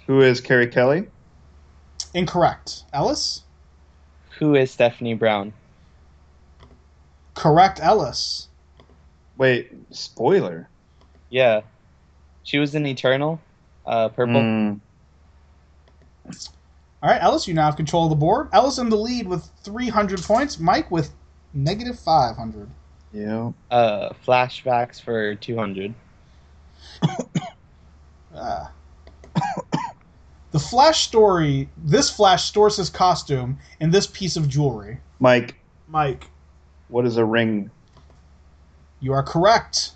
Speaker 2: Who is Carrie Kelly?
Speaker 3: Incorrect. Ellis?
Speaker 1: Who is Stephanie Brown?
Speaker 3: Correct, Ellis.
Speaker 2: Wait, spoiler.
Speaker 1: Yeah. She was in Eternal. Uh, purple.
Speaker 2: Hmm.
Speaker 3: All right, Ellis, you now have control of the board. Ellis in the lead with 300 points. Mike with negative 500.
Speaker 2: Yeah.
Speaker 1: Uh, flashbacks for 200.
Speaker 3: Ah. the Flash story. This Flash stores his costume in this piece of jewelry.
Speaker 2: Mike,
Speaker 3: Mike,
Speaker 2: what is a ring?
Speaker 3: you are correct.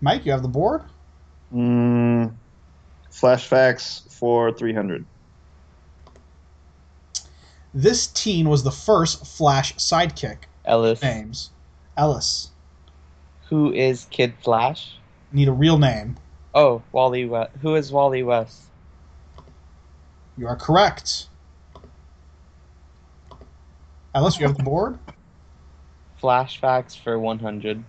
Speaker 3: Mike, you have the board.
Speaker 2: Mm, flash facts for 300.
Speaker 3: This teen was the first Flash sidekick.
Speaker 1: Ellis.
Speaker 3: Names. Ellis.
Speaker 1: Who is Kid Flash?
Speaker 3: Need a real name.
Speaker 1: Oh, Wally West. Who is Wally West?
Speaker 3: You are correct. Ellis, you have the board.
Speaker 1: Flashbacks for 100.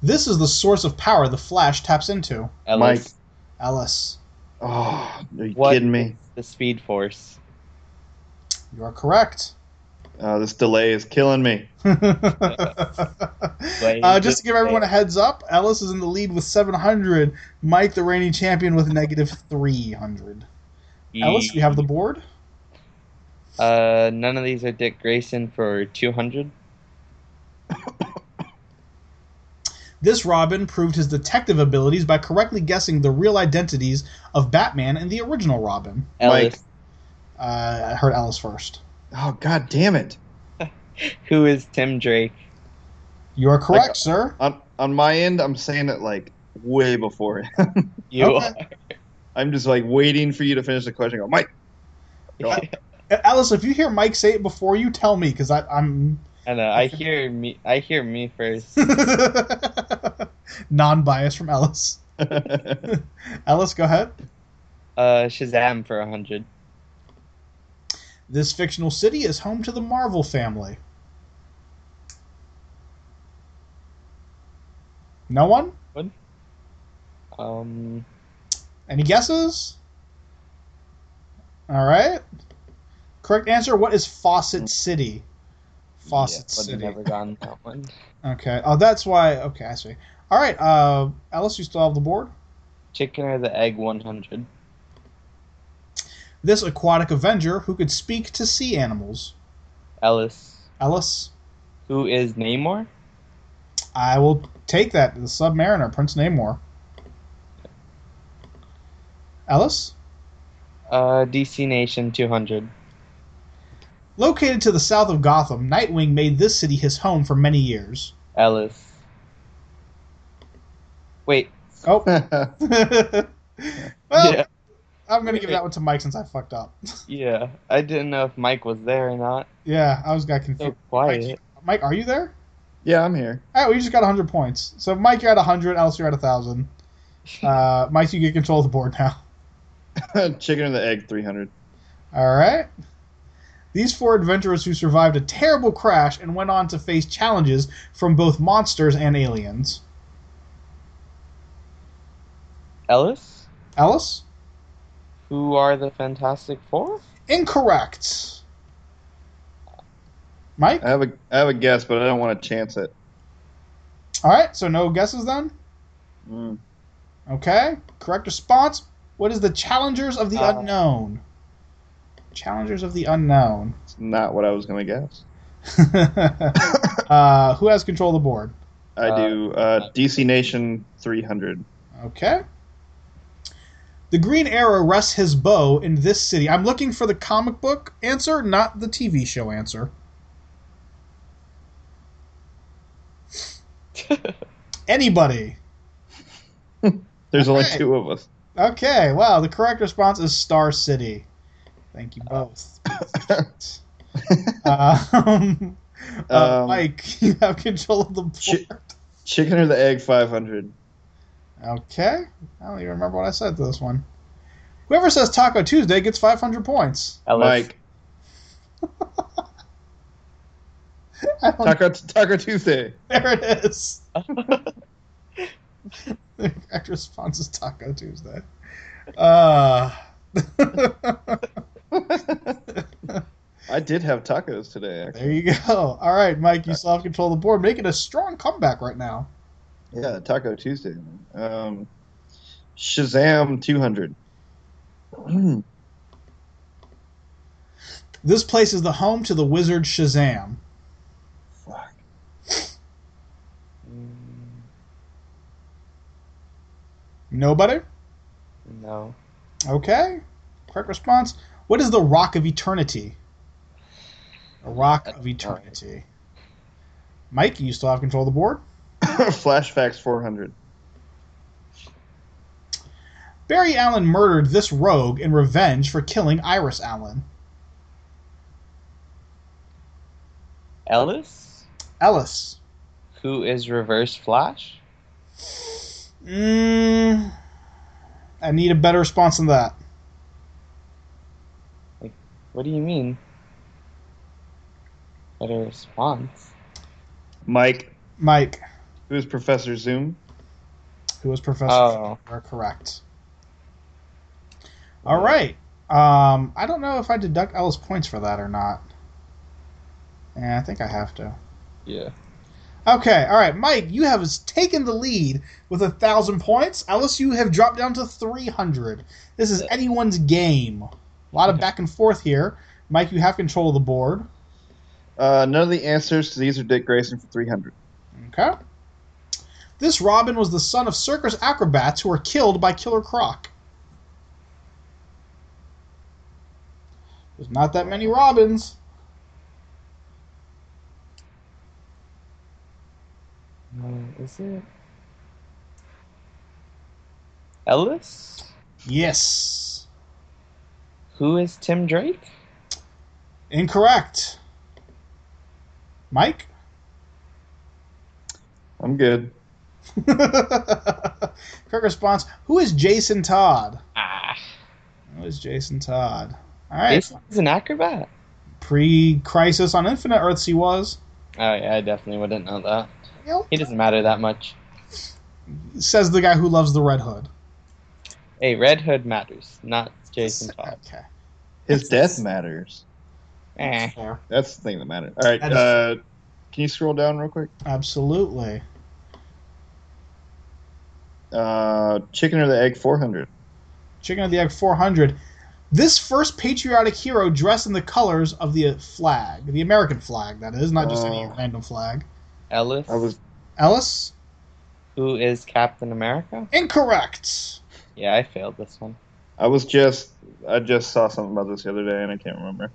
Speaker 3: This is the source of power the Flash taps into.
Speaker 1: Ellis.
Speaker 3: Ellis,
Speaker 2: Oh, are you
Speaker 1: What
Speaker 2: kidding me?
Speaker 1: is The Speed Force.
Speaker 3: you are correct.
Speaker 2: Uh, this delay is killing me.
Speaker 3: uh, just to give everyone a heads up, Ellis is in the lead with 700. Mike, the reigning champion, with negative 300. Ellis, you have the board.
Speaker 1: E, Uh, none of these are Dick Grayson for 200.
Speaker 3: This Robin proved his detective abilities by correctly guessing the real identities of Batman and the original Robin.
Speaker 1: Ellis.
Speaker 3: Uh, I heard Ellis first.
Speaker 2: Oh, god damn it.
Speaker 1: Who is Tim Drake?
Speaker 3: You are correct, sir.
Speaker 2: On, on my end, I'm saying it like way before. him.
Speaker 1: You
Speaker 3: Okay.
Speaker 2: I'm just like waiting for you to finish the question. Go, Mike. Go
Speaker 1: are.
Speaker 2: on.
Speaker 3: Uh, Ellis, if you hear Mike say it before you, tell me, because I'm
Speaker 1: I know. I hear me. I hear me first.
Speaker 3: non-biased from Ellis. Ellis, go ahead.
Speaker 1: Uh, Shazam for 100.
Speaker 3: This fictional city is home to the Marvel family. No one?
Speaker 1: Um,
Speaker 3: Any guesses? All right. Correct answer. What is Fawcett City? Fawcett
Speaker 1: yeah, would've
Speaker 3: City.
Speaker 1: Never gotten that one.
Speaker 3: Okay. Oh, that's why. Okay, I see. All right. Uh, Ellis, you still have the board.
Speaker 1: Chicken or the egg 100.
Speaker 3: This aquatic Avenger who could speak to sea animals.
Speaker 1: Ellis.
Speaker 3: Ellis,
Speaker 1: Who is Namor?
Speaker 3: I will take that. The Submariner, Prince Namor. Ellis?
Speaker 1: Uh, DC Nation 200.
Speaker 3: Located to the south of Gotham, Nightwing made this city his home for many years.
Speaker 1: Ellis. Wait.
Speaker 3: Oh. well,
Speaker 1: yeah,
Speaker 3: I'm going to give that one to Mike since I fucked up.
Speaker 1: yeah. I didn't know if Mike was there or not.
Speaker 3: Yeah, I was got
Speaker 1: So
Speaker 3: confused.
Speaker 1: quiet.
Speaker 3: Mike, are you there?
Speaker 2: yeah, I'm here.
Speaker 3: All right, well, you just got 100 points. So, Mike, you're at 100. Ellis, you're at 1,000. Uh, Mike, you get control of the board now.
Speaker 2: Chicken or the egg, 300.
Speaker 3: All right. These four adventurers who survived a terrible crash and went on to face challenges from both monsters and aliens.
Speaker 1: Ellis?
Speaker 3: Ellis?
Speaker 1: Who are the Fantastic Four?
Speaker 3: Incorrect. Mike?
Speaker 2: I have a I have a guess, but I don't want to chance it.
Speaker 3: All right, so no guesses then?
Speaker 2: Mm.
Speaker 3: Okay. Correct response. What is the Challengers of the
Speaker 1: Uh.
Speaker 3: Unknown? Challengers of the Unknown.
Speaker 2: It's not what I was going to guess.
Speaker 3: uh, who has control of the board?
Speaker 2: I
Speaker 1: Uh,
Speaker 2: do uh, DC Nation 300.
Speaker 3: Okay. The Green Arrow rests his bow in this city. I'm looking for the comic book answer, not the TV show answer. Anybody.
Speaker 2: There's only
Speaker 3: Okay.
Speaker 2: two of us.
Speaker 3: Okay, wow. The correct response is Star City. Thank you both. um, uh,
Speaker 2: Um,
Speaker 3: Mike, you have control of the board.
Speaker 2: Chi- Chicken or the egg, five hundred.
Speaker 3: okay. I don't even remember what I said to this one. Whoever says Taco Tuesday gets 500 points.
Speaker 1: Ellis.
Speaker 2: Mike,
Speaker 3: I don't
Speaker 2: Taco Taco Tuesday.
Speaker 3: Oh, There it is. the correct response is Taco Tuesday. Uh,
Speaker 2: I did have tacos today. Actually.
Speaker 3: there you go. All right, Mike, you still have control of the board. Making a strong comeback right now.
Speaker 2: Yeah, Taco Tuesday. man. Um, Shazam two hundred.
Speaker 3: This place is the home to the wizard Shazam.
Speaker 2: Fuck.
Speaker 1: Mm,
Speaker 3: Nobody?
Speaker 1: No.
Speaker 3: Okay. Correct response. What is the Rock of Eternity? The Rock of Eternity. Mike, you still have control of the board.
Speaker 2: Flashbacks four hundred.
Speaker 3: Barry Allen murdered this rogue in revenge for killing Iris Allen.
Speaker 1: Ellis,
Speaker 3: Ellis.
Speaker 1: who is Reverse Flash?
Speaker 3: Mm, I need a better response than that.
Speaker 1: What do you mean? Better response.
Speaker 2: Mike,
Speaker 3: Mike,
Speaker 2: who is Professor Zoom?
Speaker 3: who was Professor
Speaker 1: Oh.
Speaker 3: Xavier, are correct. All right. Um, I don't know if I deduct Ellis points for that or not. Yeah, I think I have to.
Speaker 1: Yeah.
Speaker 3: Okay, all right, Mike, you have taken the lead with a thousand points. Ellis, you have dropped down to three hundred. This is anyone's game. A lot of back and forth here. Mike, you have control of the board.
Speaker 2: Uh, none of the answers to these are Dick Grayson for three hundred.
Speaker 3: Okay. This Robin was the son of circus acrobats who were killed by Killer Croc. There's not that many Robins.
Speaker 1: No, Uh, is it? Ellis,
Speaker 3: Yes.
Speaker 1: who is Tim Drake?
Speaker 3: Incorrect. Mike?
Speaker 2: I'm good.
Speaker 3: Quick response. Who is Jason Todd?
Speaker 1: Ah,
Speaker 3: Who is Jason Todd? All right.
Speaker 1: Jason is an acrobat.
Speaker 3: Pre-crisis on Infinite Earths, he was.
Speaker 1: Oh yeah, I definitely wouldn't know that.
Speaker 3: Yep.
Speaker 1: He doesn't matter that much.
Speaker 3: Says the guy who loves the Red Hood.
Speaker 1: Hey, Red Hood matters, not Jason Todd.
Speaker 3: Okay.
Speaker 2: His death matters.
Speaker 1: Eh.
Speaker 3: Fair.
Speaker 2: That's the thing that matters. All right.
Speaker 3: That is-
Speaker 2: Uh, can you scroll down real quick?
Speaker 3: Absolutely.
Speaker 2: Uh, chicken or the egg, four hundred.
Speaker 3: Chicken of the Egg 400. This first patriotic hero dressed in the colors of the flag, the American flag, that is, not just any
Speaker 2: Oh.
Speaker 3: random flag.
Speaker 1: Ellis,
Speaker 2: I was
Speaker 3: Ellis?
Speaker 1: who is Captain America?
Speaker 3: Incorrect.
Speaker 1: Yeah, I failed this one.
Speaker 2: I was just I just saw something about this the other day and I can't remember.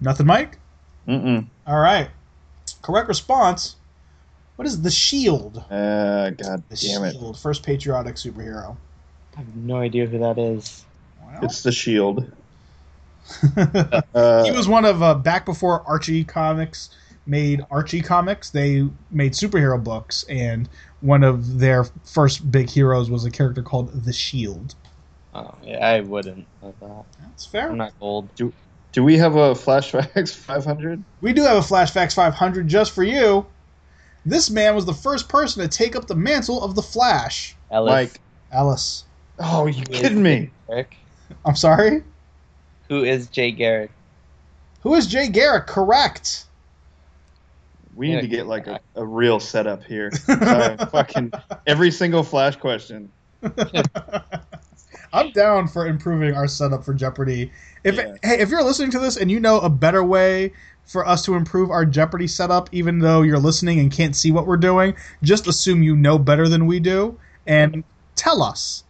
Speaker 3: Nothing, Mike?
Speaker 2: Mm
Speaker 3: All right. Correct response. What is the shield?
Speaker 2: mm. Uh, God
Speaker 3: The
Speaker 2: damn it!
Speaker 3: shield, first patriotic superhero.
Speaker 1: I have no idea who that is.
Speaker 3: Well,
Speaker 2: It's the Shield.
Speaker 3: he
Speaker 2: Uh,
Speaker 3: was one of uh, back before Archie Comics made Archie Comics. They made superhero books, and one of their first big heroes was a character called the Shield.
Speaker 1: Oh yeah, I wouldn't know that.
Speaker 3: That's
Speaker 1: I'm
Speaker 3: fair.
Speaker 1: not old.
Speaker 2: do we have a flashbacks 500?
Speaker 3: We do have a Flashbacks 500 just for you. This man was the first person to take up the mantle of the Flash.
Speaker 1: Ellis,
Speaker 2: Mike.
Speaker 3: Alice,
Speaker 2: Oh, you kidding me?
Speaker 1: Eric,
Speaker 3: I'm sorry.
Speaker 1: who is Jay Garrick?
Speaker 3: Who is Jay Garrick? Correct.
Speaker 2: We need to get like a, a real setup here. Sorry, fucking every single flash question.
Speaker 3: I'm down for improving our setup for Jeopardy. If
Speaker 2: Yeah.
Speaker 3: hey, if you're listening to this and you know a better way for us to improve our Jeopardy setup, even though you're listening and can't see what we're doing, just assume you know better than we do and tell us.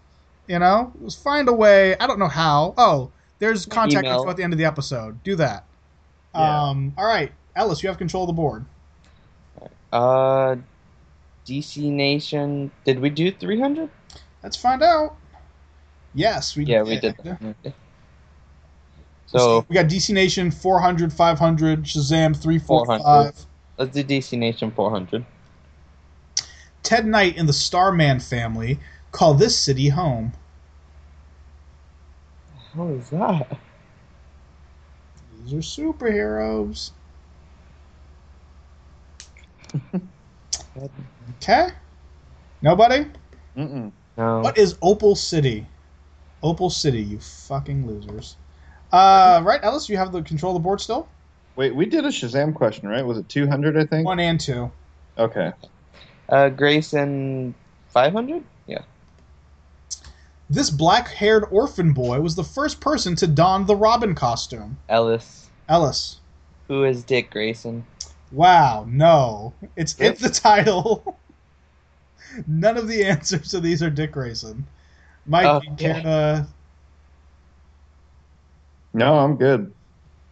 Speaker 3: You know, Just find a way. I don't know how. Oh, there's contact
Speaker 1: Email.
Speaker 3: info at the end of the episode. Do that.
Speaker 2: Yeah.
Speaker 3: Um, all right, Ellis, you have control of the board.
Speaker 1: Uh, DC Nation. Did we do 300?
Speaker 3: Let's find out. Yes, we
Speaker 1: Yeah, we did. that. So
Speaker 3: we got DC Nation 400, 500, Shazam 345,
Speaker 1: 400. let's do DC Nation 400.
Speaker 3: Ted Knight and the Starman family call this city home.
Speaker 1: How is that?
Speaker 3: These are superheroes. okay. Nobody?
Speaker 2: Mm-mm.
Speaker 1: No.
Speaker 3: What is Opal City? Opal City, you fucking losers. Uh, right, Ellis, you have the control of the board still?
Speaker 2: Wait, we did a Shazam question, right? Was it 200, I think?
Speaker 3: One and two.
Speaker 2: Okay.
Speaker 1: Uh, Grayson 500? Yeah.
Speaker 3: This black haired orphan boy was the first person to don the Robin costume.
Speaker 1: Ellis.
Speaker 3: Ellis.
Speaker 1: Who is Dick Grayson?
Speaker 3: Wow, no. It's in
Speaker 1: Yep.
Speaker 3: the title. None of the answers to these are Dick Grayson. Mike, you
Speaker 1: Okay.
Speaker 3: care to-
Speaker 2: No, I'm good.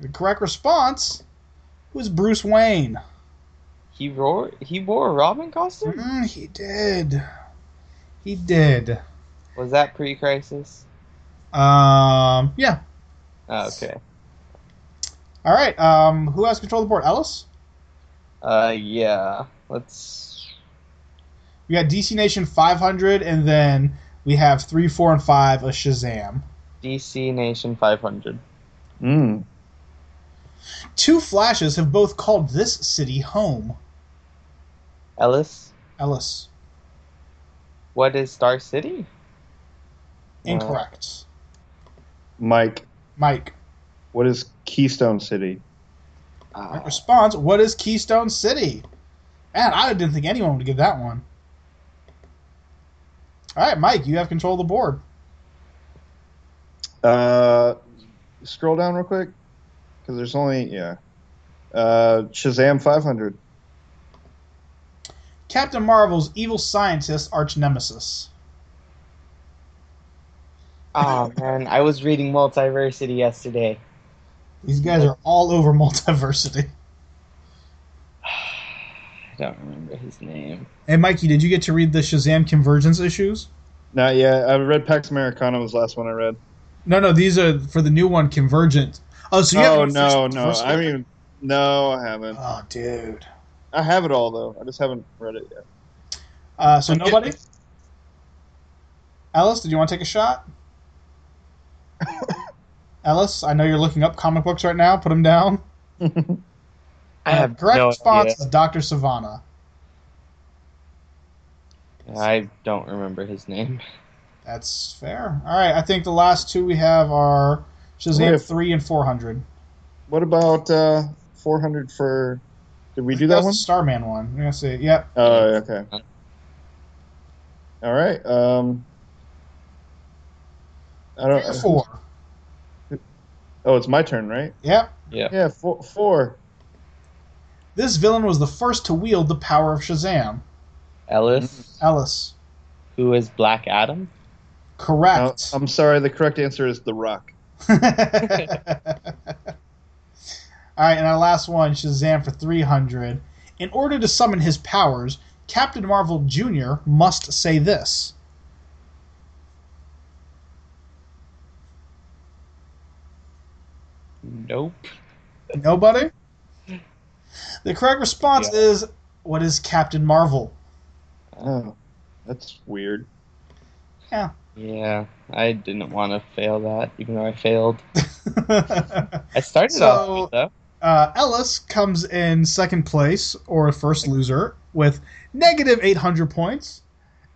Speaker 3: the correct response was Bruce Wayne.
Speaker 1: He wore he wore a Robin costume.
Speaker 3: Mm, he did. He did.
Speaker 1: Was that pre-crisis?
Speaker 3: Um, yeah.
Speaker 1: Oh, okay.
Speaker 3: All right. Um, who has control of the board? Ellis.
Speaker 1: Uh, yeah. Let's.
Speaker 3: We got DC Nation 500, and then we have three, four, and five of Shazam.
Speaker 1: DC Nation 500.
Speaker 2: Mm.
Speaker 3: Two flashes have both called this city home.
Speaker 1: Ellis.
Speaker 3: Ellis,
Speaker 1: What is Star City? Uh,
Speaker 3: incorrect.
Speaker 2: Mike,
Speaker 3: Mike,
Speaker 2: what is Keystone City?
Speaker 3: correct response. What is Keystone City? Man, I didn't think anyone would give that one. All right, Mike, you have control of the board.
Speaker 2: Uh, scroll down real quick. Because there's only, yeah. Uh, Shazam 500.
Speaker 3: Captain Marvel's evil scientist arch nemesis.
Speaker 1: Oh man, I was reading Multiversity yesterday.
Speaker 3: These guys are all over multiversity.
Speaker 1: I don't remember his name.
Speaker 3: Hey, Mikey, did you get to read the Shazam convergence issues?
Speaker 2: Not yet. I read Pax Americana was the last one I read.
Speaker 3: No, no, these are for the new one, Convergent. Oh, so you
Speaker 2: oh,
Speaker 3: haven't
Speaker 2: no,
Speaker 3: finished the
Speaker 2: no.
Speaker 3: first
Speaker 2: I
Speaker 3: one?
Speaker 2: mean, no, I haven't.
Speaker 3: oh, dude.
Speaker 2: I have it all, though. I just haven't read it yet.
Speaker 3: Uh, so nobody. Ellis, did you want to take a shot? Ellis, I know you're looking up comic books right now. Put them down.
Speaker 1: I have
Speaker 3: correct
Speaker 1: no
Speaker 3: response
Speaker 1: idea.
Speaker 3: is Doctor Savannah.
Speaker 1: I don't remember his name.
Speaker 3: That's fair. All right, I think the last two we have are Shazam
Speaker 2: We have-
Speaker 3: three and four hundred.
Speaker 2: What about uh, 400 for. Did we do that
Speaker 3: was
Speaker 2: one?
Speaker 3: the Starman one. I'm gonna say, yep.
Speaker 2: Oh, okay. All right. Um, I
Speaker 3: Three
Speaker 2: don't.
Speaker 3: or four.
Speaker 2: Oh, it's my turn, right?
Speaker 3: Yep.
Speaker 2: Yeah, four. four.
Speaker 3: This villain was the first to wield the power of Shazam.
Speaker 1: Ellis.
Speaker 3: Mm. Ellis,
Speaker 1: Who is Black Adam?
Speaker 2: No,
Speaker 3: correct.
Speaker 2: I'm sorry. The correct answer is The Rock.
Speaker 3: All right, and our last one, Shazam for 300. In order to summon his powers, Captain Marvel Jr. must say this.
Speaker 1: Nope.
Speaker 3: Nobody? The correct response
Speaker 1: Yeah.
Speaker 3: is what is Captain Marvel?
Speaker 2: Oh, that's weird.
Speaker 1: Yeah, I didn't want to fail that, even though I failed.
Speaker 3: uh,
Speaker 1: I started
Speaker 3: So-
Speaker 1: off good though.
Speaker 3: Uh, Ellis comes in second place, or first loser, with negative 800 points.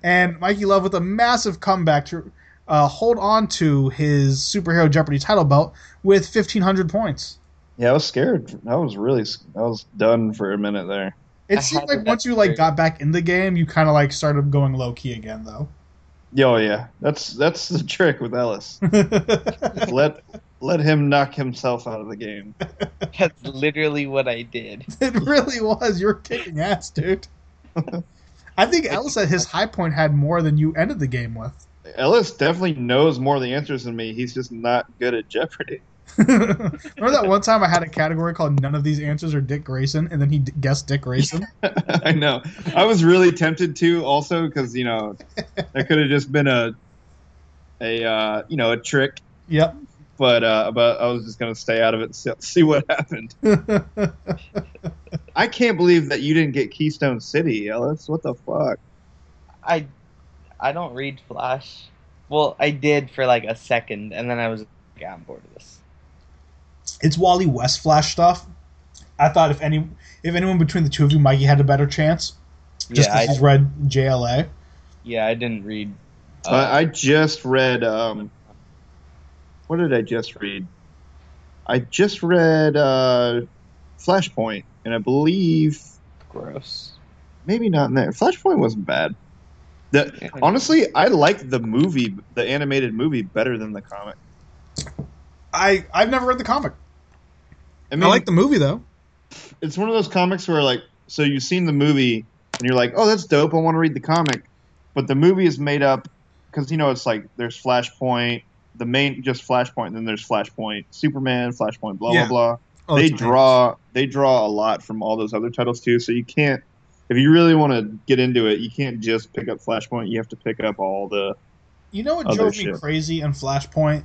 Speaker 3: And Mikey Love with a massive comeback to uh, hold on to his superhero Jeopardy title belt with 1,500 points.
Speaker 2: Yeah, I was scared. I was really. s- I was done for a minute there.
Speaker 3: It
Speaker 1: I
Speaker 3: seemed
Speaker 1: had
Speaker 3: like
Speaker 1: that
Speaker 3: once you like
Speaker 1: too.
Speaker 3: got back in the game, you kind of like started going low key again, though.
Speaker 2: Yeah, Oh, yeah. That's that's the trick with Ellis. let let him knock himself out of the game.
Speaker 1: That's literally what I did.
Speaker 3: it really was. You were kicking ass, dude. I think Ellis at his high point had more than you ended the game with.
Speaker 2: Ellis definitely knows more of the answers than me. He's just not good at Jeopardy.
Speaker 3: Remember that one time I had a category called "None of these answers are Dick Grayson," and then he d- guessed Dick Grayson.
Speaker 2: I know. I was really tempted to also because you know that could have just been a a uh, you know a trick,
Speaker 3: yep.
Speaker 2: but uh, but I was just gonna stay out of it, and see- see what happened. I can't believe that you didn't get Keystone City, Ellis. What the fuck?
Speaker 1: I I don't read Flash. Well, I did for like a second, and then I was like, I'm bored of this.
Speaker 3: it's Wally West Flash stuff. I thought if any if anyone between the two of you, Mikey had a better chance, just
Speaker 1: yeah, I,
Speaker 3: because he's read JLA.
Speaker 1: yeah, I didn't read. uh,
Speaker 2: I, I just read. Um, what did I just read? I just read uh, Flashpoint, and I believe
Speaker 1: gross.
Speaker 2: maybe not in there. Flashpoint wasn't bad. The, Honestly, I like the movie, the animated movie, better than the comic.
Speaker 3: I I've never read the comic.
Speaker 2: I
Speaker 3: I,
Speaker 2: mean,
Speaker 3: like the movie though.
Speaker 2: it's one of those comics where, like, so you've seen the movie and you're like, oh, that's dope. I want to read the comic. But the movie is made up because, you know, it's like there's Flashpoint, the main, just Flashpoint, and then there's Flashpoint, Superman, Flashpoint, blah,
Speaker 3: Yeah.
Speaker 2: blah,
Speaker 3: Oh,
Speaker 2: blah. They
Speaker 3: it's amazing.
Speaker 2: draw, they draw a lot from all those other titles, too. So you can't, if you really want to get into it, you can't just pick up Flashpoint. You have to pick up all the,
Speaker 3: You know what
Speaker 2: other
Speaker 3: drove me
Speaker 2: shit.
Speaker 3: crazy in Flashpoint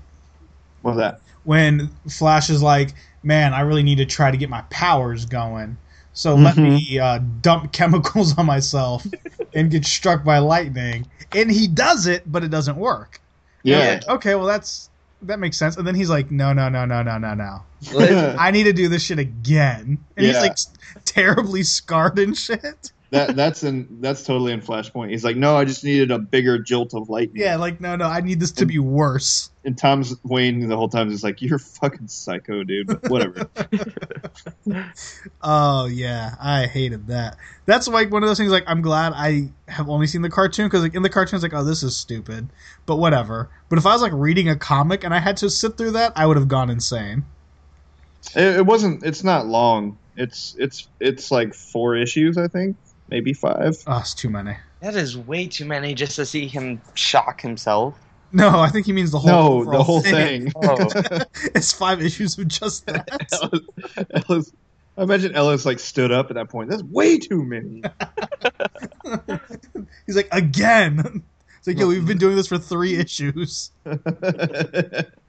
Speaker 2: what's that?
Speaker 3: when Flash is like, "Man, I really need to try to get my powers going." So let me uh, dump chemicals on myself and get struck by lightning. And he does it, but it doesn't work.
Speaker 2: Yeah.
Speaker 3: Okay, well that's that makes sense. And then he's like, "No, no, no, no, no, no, no."
Speaker 1: Well,
Speaker 3: I need to do this shit again. And he's
Speaker 2: Yeah.
Speaker 3: like s- terribly scarred and shit.
Speaker 2: that that's in that's totally in Flashpoint. He's like, no, I just needed a bigger jolt of lightning.
Speaker 3: Yeah, like no, no, I need this to be worse.
Speaker 2: And Tom's Wayne the whole time is like, you're fucking psycho, dude. But whatever.
Speaker 3: Oh yeah, I hated that. That's like one of those things. Like I'm glad I have only seen the cartoon because like in the cartoon it's like, oh, this is stupid, but whatever. But if I was like reading a comic and I had to sit through that, I would have gone insane.
Speaker 2: it, it wasn't. It's not long. It's it's it's like four issues, I think, maybe five.
Speaker 3: Oh, it's too many.
Speaker 1: that is way too many just to see him shock himself.
Speaker 3: No, I think he means the whole.
Speaker 2: No, the whole thing.
Speaker 1: Oh,
Speaker 3: it's five issues of just that.
Speaker 2: Ellis, Ellis, I imagine Ellis like stood up at that point. That's way too many.
Speaker 3: He's like again. It's like yo, we've been doing this for three issues.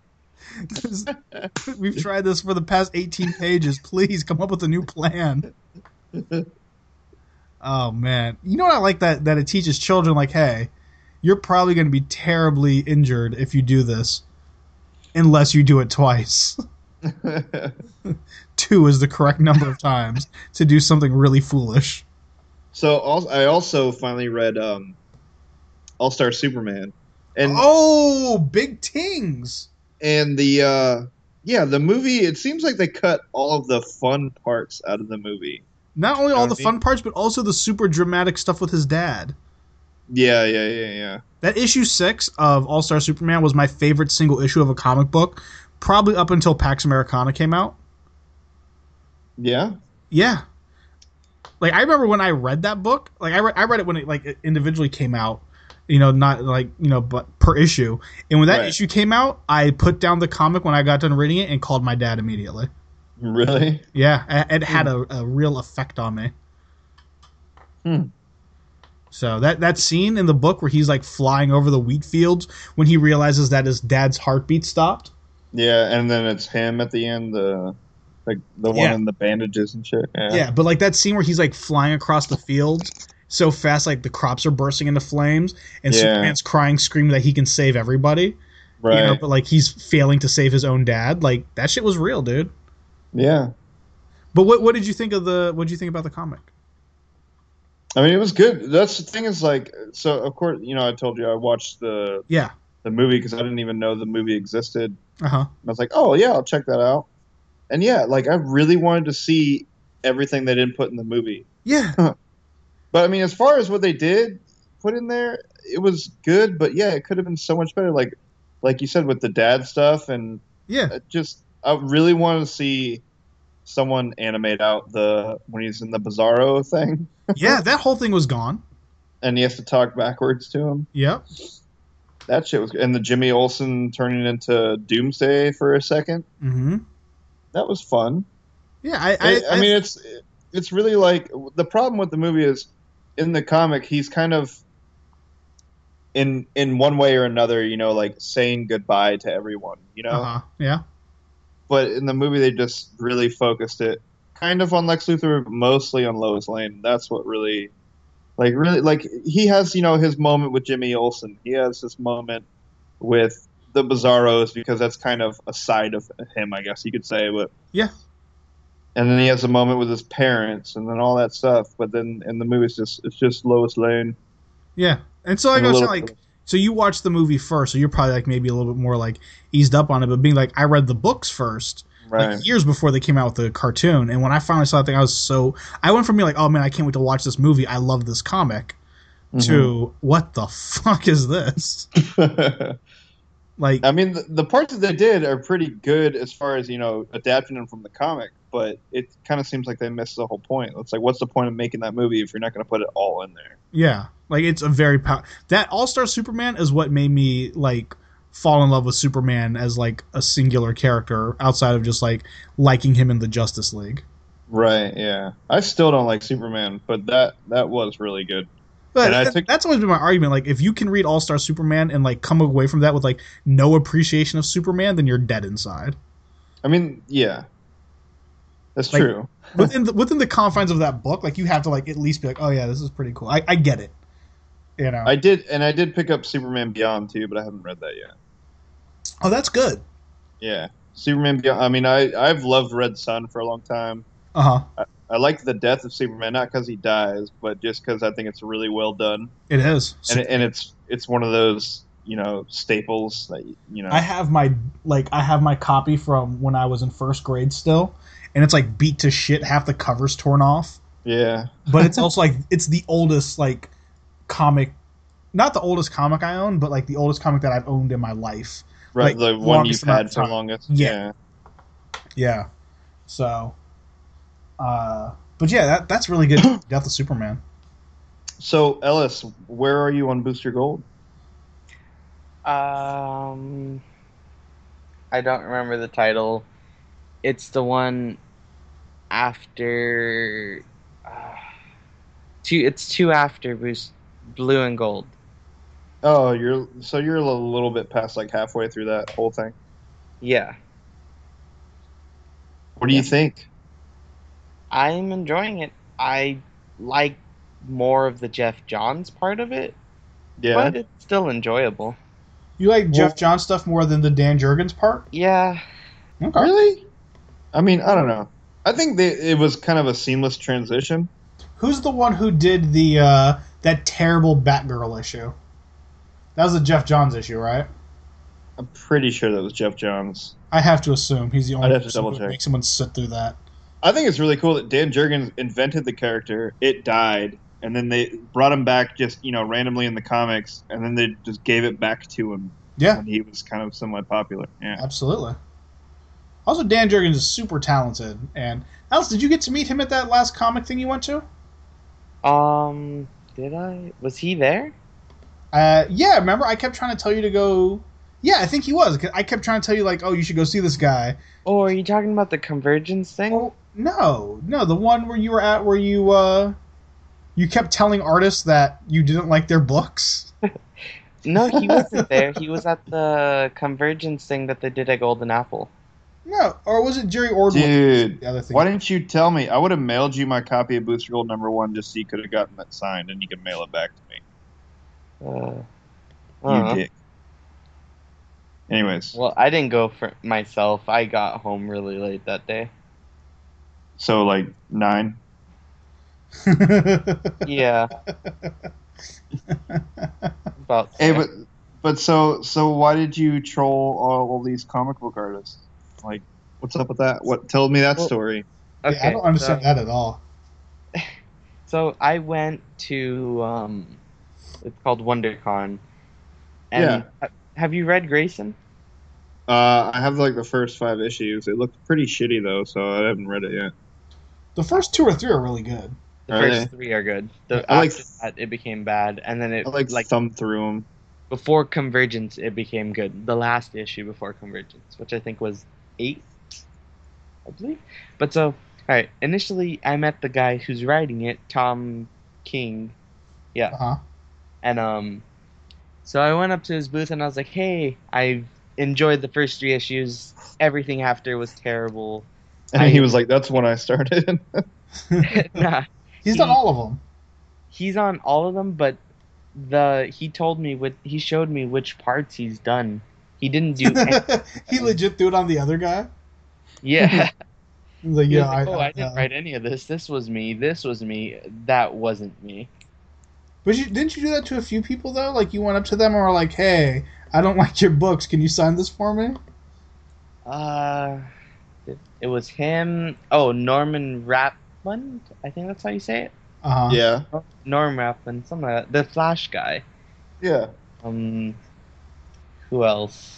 Speaker 3: We've tried this for the past 18 pages. Please come up with a new plan. Oh man, you know what I like that that it teaches children like, hey, you're probably going to be terribly injured if you do this, unless you do it twice. Two is the correct number of times to do something really foolish.
Speaker 2: so also, I also finally read um, All Star Superman, and
Speaker 3: oh, big tings.
Speaker 2: and the uh yeah the movie it seems like they cut all of the fun parts out of the movie
Speaker 3: Not only all the
Speaker 2: Tony.
Speaker 3: fun parts, but also the super dramatic stuff with his dad.
Speaker 2: yeah yeah yeah yeah
Speaker 3: That issue six of All Star Superman was my favorite single issue of a comic book, probably up until Pax Americana came out.
Speaker 2: yeah
Speaker 3: Yeah, like I remember when I read that book. Like I read, I read it when it like it individually came out. You know, not like you know, but per issue. And when that
Speaker 2: Right.
Speaker 3: issue came out, I put down the comic when I got done reading it and called my dad immediately.
Speaker 2: really
Speaker 3: Yeah, it- it had a, a real effect on me.
Speaker 2: Hmm.
Speaker 3: So that that scene in the book where he's like flying over the wheat fields when he realizes that his dad's heartbeat stopped.
Speaker 2: yeah and then it's him at the end the like the one
Speaker 3: Yeah.
Speaker 2: in the bandages and shit yeah,
Speaker 3: Yeah. but like that scene where he's like flying across the fields so fast, like the crops are bursting into flames, and
Speaker 2: Yeah.
Speaker 3: Superman's crying, screaming that he can save everybody.
Speaker 2: right
Speaker 3: You know, but like he's failing to save his own dad. Like that shit was real, dude.
Speaker 2: yeah
Speaker 3: But what what did you think of the? What did you think about the comic?
Speaker 2: i mean it was good that's the thing is like so of course you know i told you i watched the
Speaker 3: Yeah.
Speaker 2: the movie because i didn't even know the movie existed
Speaker 3: Uh huh.
Speaker 2: And I was like, oh yeah, I'll check that out. And yeah, like I really wanted to see everything they didn't put in the movie.
Speaker 3: Yeah.
Speaker 2: But I mean, as far as what they did put in there, it was good. But yeah, it could have been so much better. Like, like you said with the dad stuff, and
Speaker 3: Yeah.
Speaker 2: it just I really wanted to see someone animate out the when he's in the Bizarro thing,
Speaker 3: Yeah. That whole thing was gone.
Speaker 2: and he has to talk backwards to him.
Speaker 3: Yep.
Speaker 2: That shit was, and the Jimmy Olsen turning into Doomsday for a second.
Speaker 3: Mm-hmm.
Speaker 2: That was fun.
Speaker 3: Yeah, I,
Speaker 2: I,
Speaker 3: I,
Speaker 2: I mean, it's it's really like the problem with the movie is in the comic he's kind of in in one way or another, you know, like saying goodbye to everyone, you know.
Speaker 3: uh-huh. yeah,
Speaker 2: But in the movie, they just really focused it kind of on Lex Luthor, but mostly on Lois Lane. That's what really, like, really, like he has you know his moment with Jimmy Olsen. He has his moment with the Bizarros because that's kind of a side of him, I guess you could say. But
Speaker 3: Yeah.
Speaker 2: And then he has a moment with his parents, and then all that stuff. But then in the movie, it's just it's just Lois Lane.
Speaker 3: yeah. And so Oh, I
Speaker 2: and a
Speaker 3: go so
Speaker 2: little-
Speaker 3: like, so you watched the movie first, so you're probably like maybe a little bit more like eased up on it. But being like, I read the books first,
Speaker 2: right.
Speaker 3: like years before they came out with the cartoon, and when I finally saw that thing, I was so I went from being like, oh man, I can't wait to watch this movie. I love this comic.
Speaker 2: Mm-hmm.
Speaker 3: To what the fuck is this?
Speaker 2: Mhm.
Speaker 3: Like,
Speaker 2: I mean, the, the parts that they did are pretty good as far as you know adapting them from the comic, but it kind of seems like they missed the whole point. It's like, what's the point of making that movie if you're not going to put it all in there?
Speaker 3: Yeah, like it's a very pow- that All Star Superman is what made me like fall in love with Superman as like a singular character outside of just like liking him in the Justice League.
Speaker 2: Right? Yeah. I still don't like Superman, but that that was really good.
Speaker 3: But
Speaker 2: And I
Speaker 3: th-
Speaker 2: took-
Speaker 3: that's always been my argument. Like, if you can read All Star Superman and like come away from that with like no appreciation of Superman, then you're dead inside.
Speaker 2: I mean, yeah, that's
Speaker 3: Like-
Speaker 2: true.
Speaker 3: within the, within the confines of that book, like you have to like at least be like, oh yeah, this is pretty cool. I, I get it. You know.
Speaker 2: I did, and I did pick up Superman Beyond too, but I haven't read that yet.
Speaker 3: oh, that's good.
Speaker 2: Yeah, Superman Beyond. I mean, I I've loved Red Sun for a long time.
Speaker 3: Uh huh.
Speaker 2: I like the death of Superman, not because he dies, but just because I think it's really well done.
Speaker 3: It is.
Speaker 2: and, and it's it's one of those you know staples that you know
Speaker 3: I have my like I have my copy from when I was in first grade still, and it's like beat to shit. Half the covers torn off,
Speaker 2: yeah
Speaker 3: but it's also like it's the oldest like comic, not the oldest comic I own, but like the oldest comic that I've owned in my life.
Speaker 2: right
Speaker 3: Like,
Speaker 2: the one you've
Speaker 3: longest amount
Speaker 2: had
Speaker 3: of
Speaker 2: for
Speaker 3: time.
Speaker 2: longest
Speaker 3: Yeah. Yeah, so, uh, but yeah, that that's really good. Death of Superman.
Speaker 2: so ellis where are you on booster gold
Speaker 1: Um, I don't remember the title. It's the one after uh, two. It's two after Bruce, Blue and Gold.
Speaker 2: oh you're so you're a little bit past like halfway through that whole thing
Speaker 1: Yeah,
Speaker 2: what do you
Speaker 1: Yeah.
Speaker 2: think
Speaker 1: I'm enjoying it. I like more of the Jeff Johns part of it,
Speaker 2: yeah
Speaker 1: but it's still enjoyable.
Speaker 3: You like
Speaker 2: Jeff
Speaker 3: Jeff John stuff more than the Dan Jurgens part?
Speaker 1: Yeah,
Speaker 3: Okay.
Speaker 2: really i mean i don't know i think they, it was kind of a seamless transition
Speaker 3: Who's the one who did the uh, that terrible Batgirl issue? That was the Jeff Johns issue, right?
Speaker 2: i'm pretty sure that was jeff johns
Speaker 3: I have to assume he's the only
Speaker 2: I'd have to
Speaker 3: person who would
Speaker 2: double-check.
Speaker 3: make someone sit through that.
Speaker 2: I think it's really cool that Dan Jurgens invented the character. It died, and then they brought him back just you know randomly in the comics, and then they just gave it back to him
Speaker 3: Yeah,
Speaker 2: when he was kind of somewhat popular. Yeah,
Speaker 3: absolutely. Also, Dan Jurgens is super talented. And Alice, did you get to meet him at that last comic thing you went to?
Speaker 1: Um, did I? Was he there?
Speaker 3: Uh, yeah, remember I kept trying to tell you to go. Yeah, I think he was. 'cause I kept trying to tell you like, oh, you should go see this guy.
Speaker 1: Oh, are you talking about the convergence thing?
Speaker 3: Oh no, no, the one where you were at where you uh, you kept telling artists that you didn't like their books.
Speaker 1: No, he wasn't there. He was at the convergence thing that they did at Golden Apple.
Speaker 3: No, or was it Jerry Ordway?
Speaker 2: dude,
Speaker 3: the other thing.
Speaker 2: why didn't you tell me? I would have mailed you my copy of Booster Gold Number One just so you could have gotten that signed, and you could mail it back to me.
Speaker 1: Uh,
Speaker 2: You
Speaker 1: uh,
Speaker 2: dick. Anyways,
Speaker 1: well, I didn't go for myself. I got home really late that day.
Speaker 2: so like nine.
Speaker 1: Yeah. About
Speaker 2: Hey,
Speaker 1: there.
Speaker 2: but but so so why did you troll all, all these comic book artists? Like, what's up with that? What tell me that
Speaker 1: Well,
Speaker 2: story?
Speaker 1: okay,
Speaker 3: I don't understand
Speaker 1: so,
Speaker 3: that at all.
Speaker 1: So I went to um, it's called WonderCon. And ha- have you read Grayson?
Speaker 2: Uh, I have like the first five issues. It looked pretty shitty though, so I haven't read it yet.
Speaker 3: The first two or three are really good.
Speaker 1: The
Speaker 2: Are
Speaker 1: first three are good. The,
Speaker 2: I like-
Speaker 1: after that, it became bad, and then it
Speaker 2: I like,
Speaker 1: like
Speaker 2: thumb through them.
Speaker 1: before Convergence, it became good. The last issue before Convergence, which I think was eight, I believe. But so, all right. Initially, I met the guy who's writing it, Tom King. Yeah,
Speaker 3: Uh-huh.
Speaker 1: and um, so I went up to his booth and I was like, "Hey, I enjoyed the first three issues. Everything after was terrible."
Speaker 2: And he was like, "That's when I Uh-huh. started."
Speaker 1: nah,
Speaker 3: He's done all of them.
Speaker 1: he's on all of them, but the he told me what he showed me which parts he's done. He didn't do. Any,
Speaker 3: he legit threw it on the other guy.
Speaker 1: yeah.
Speaker 3: He's like,
Speaker 1: He was
Speaker 3: yeah, uh,
Speaker 1: like, oh, I,
Speaker 3: yeah.
Speaker 1: didn't write any of this. This was me. This was me. That wasn't me.
Speaker 3: But you, didn't you do that to a few people though? Like you went up to them and were like, "Hey, I don't like your books. Can you sign this for me?"
Speaker 1: Uh, it, it was him. Oh, Norman Rapland. I think that's how you say it.
Speaker 3: Uh huh.
Speaker 2: yeah,
Speaker 1: Norm Rapland. Some of that. The Flash guy.
Speaker 2: yeah.
Speaker 1: Um, who else?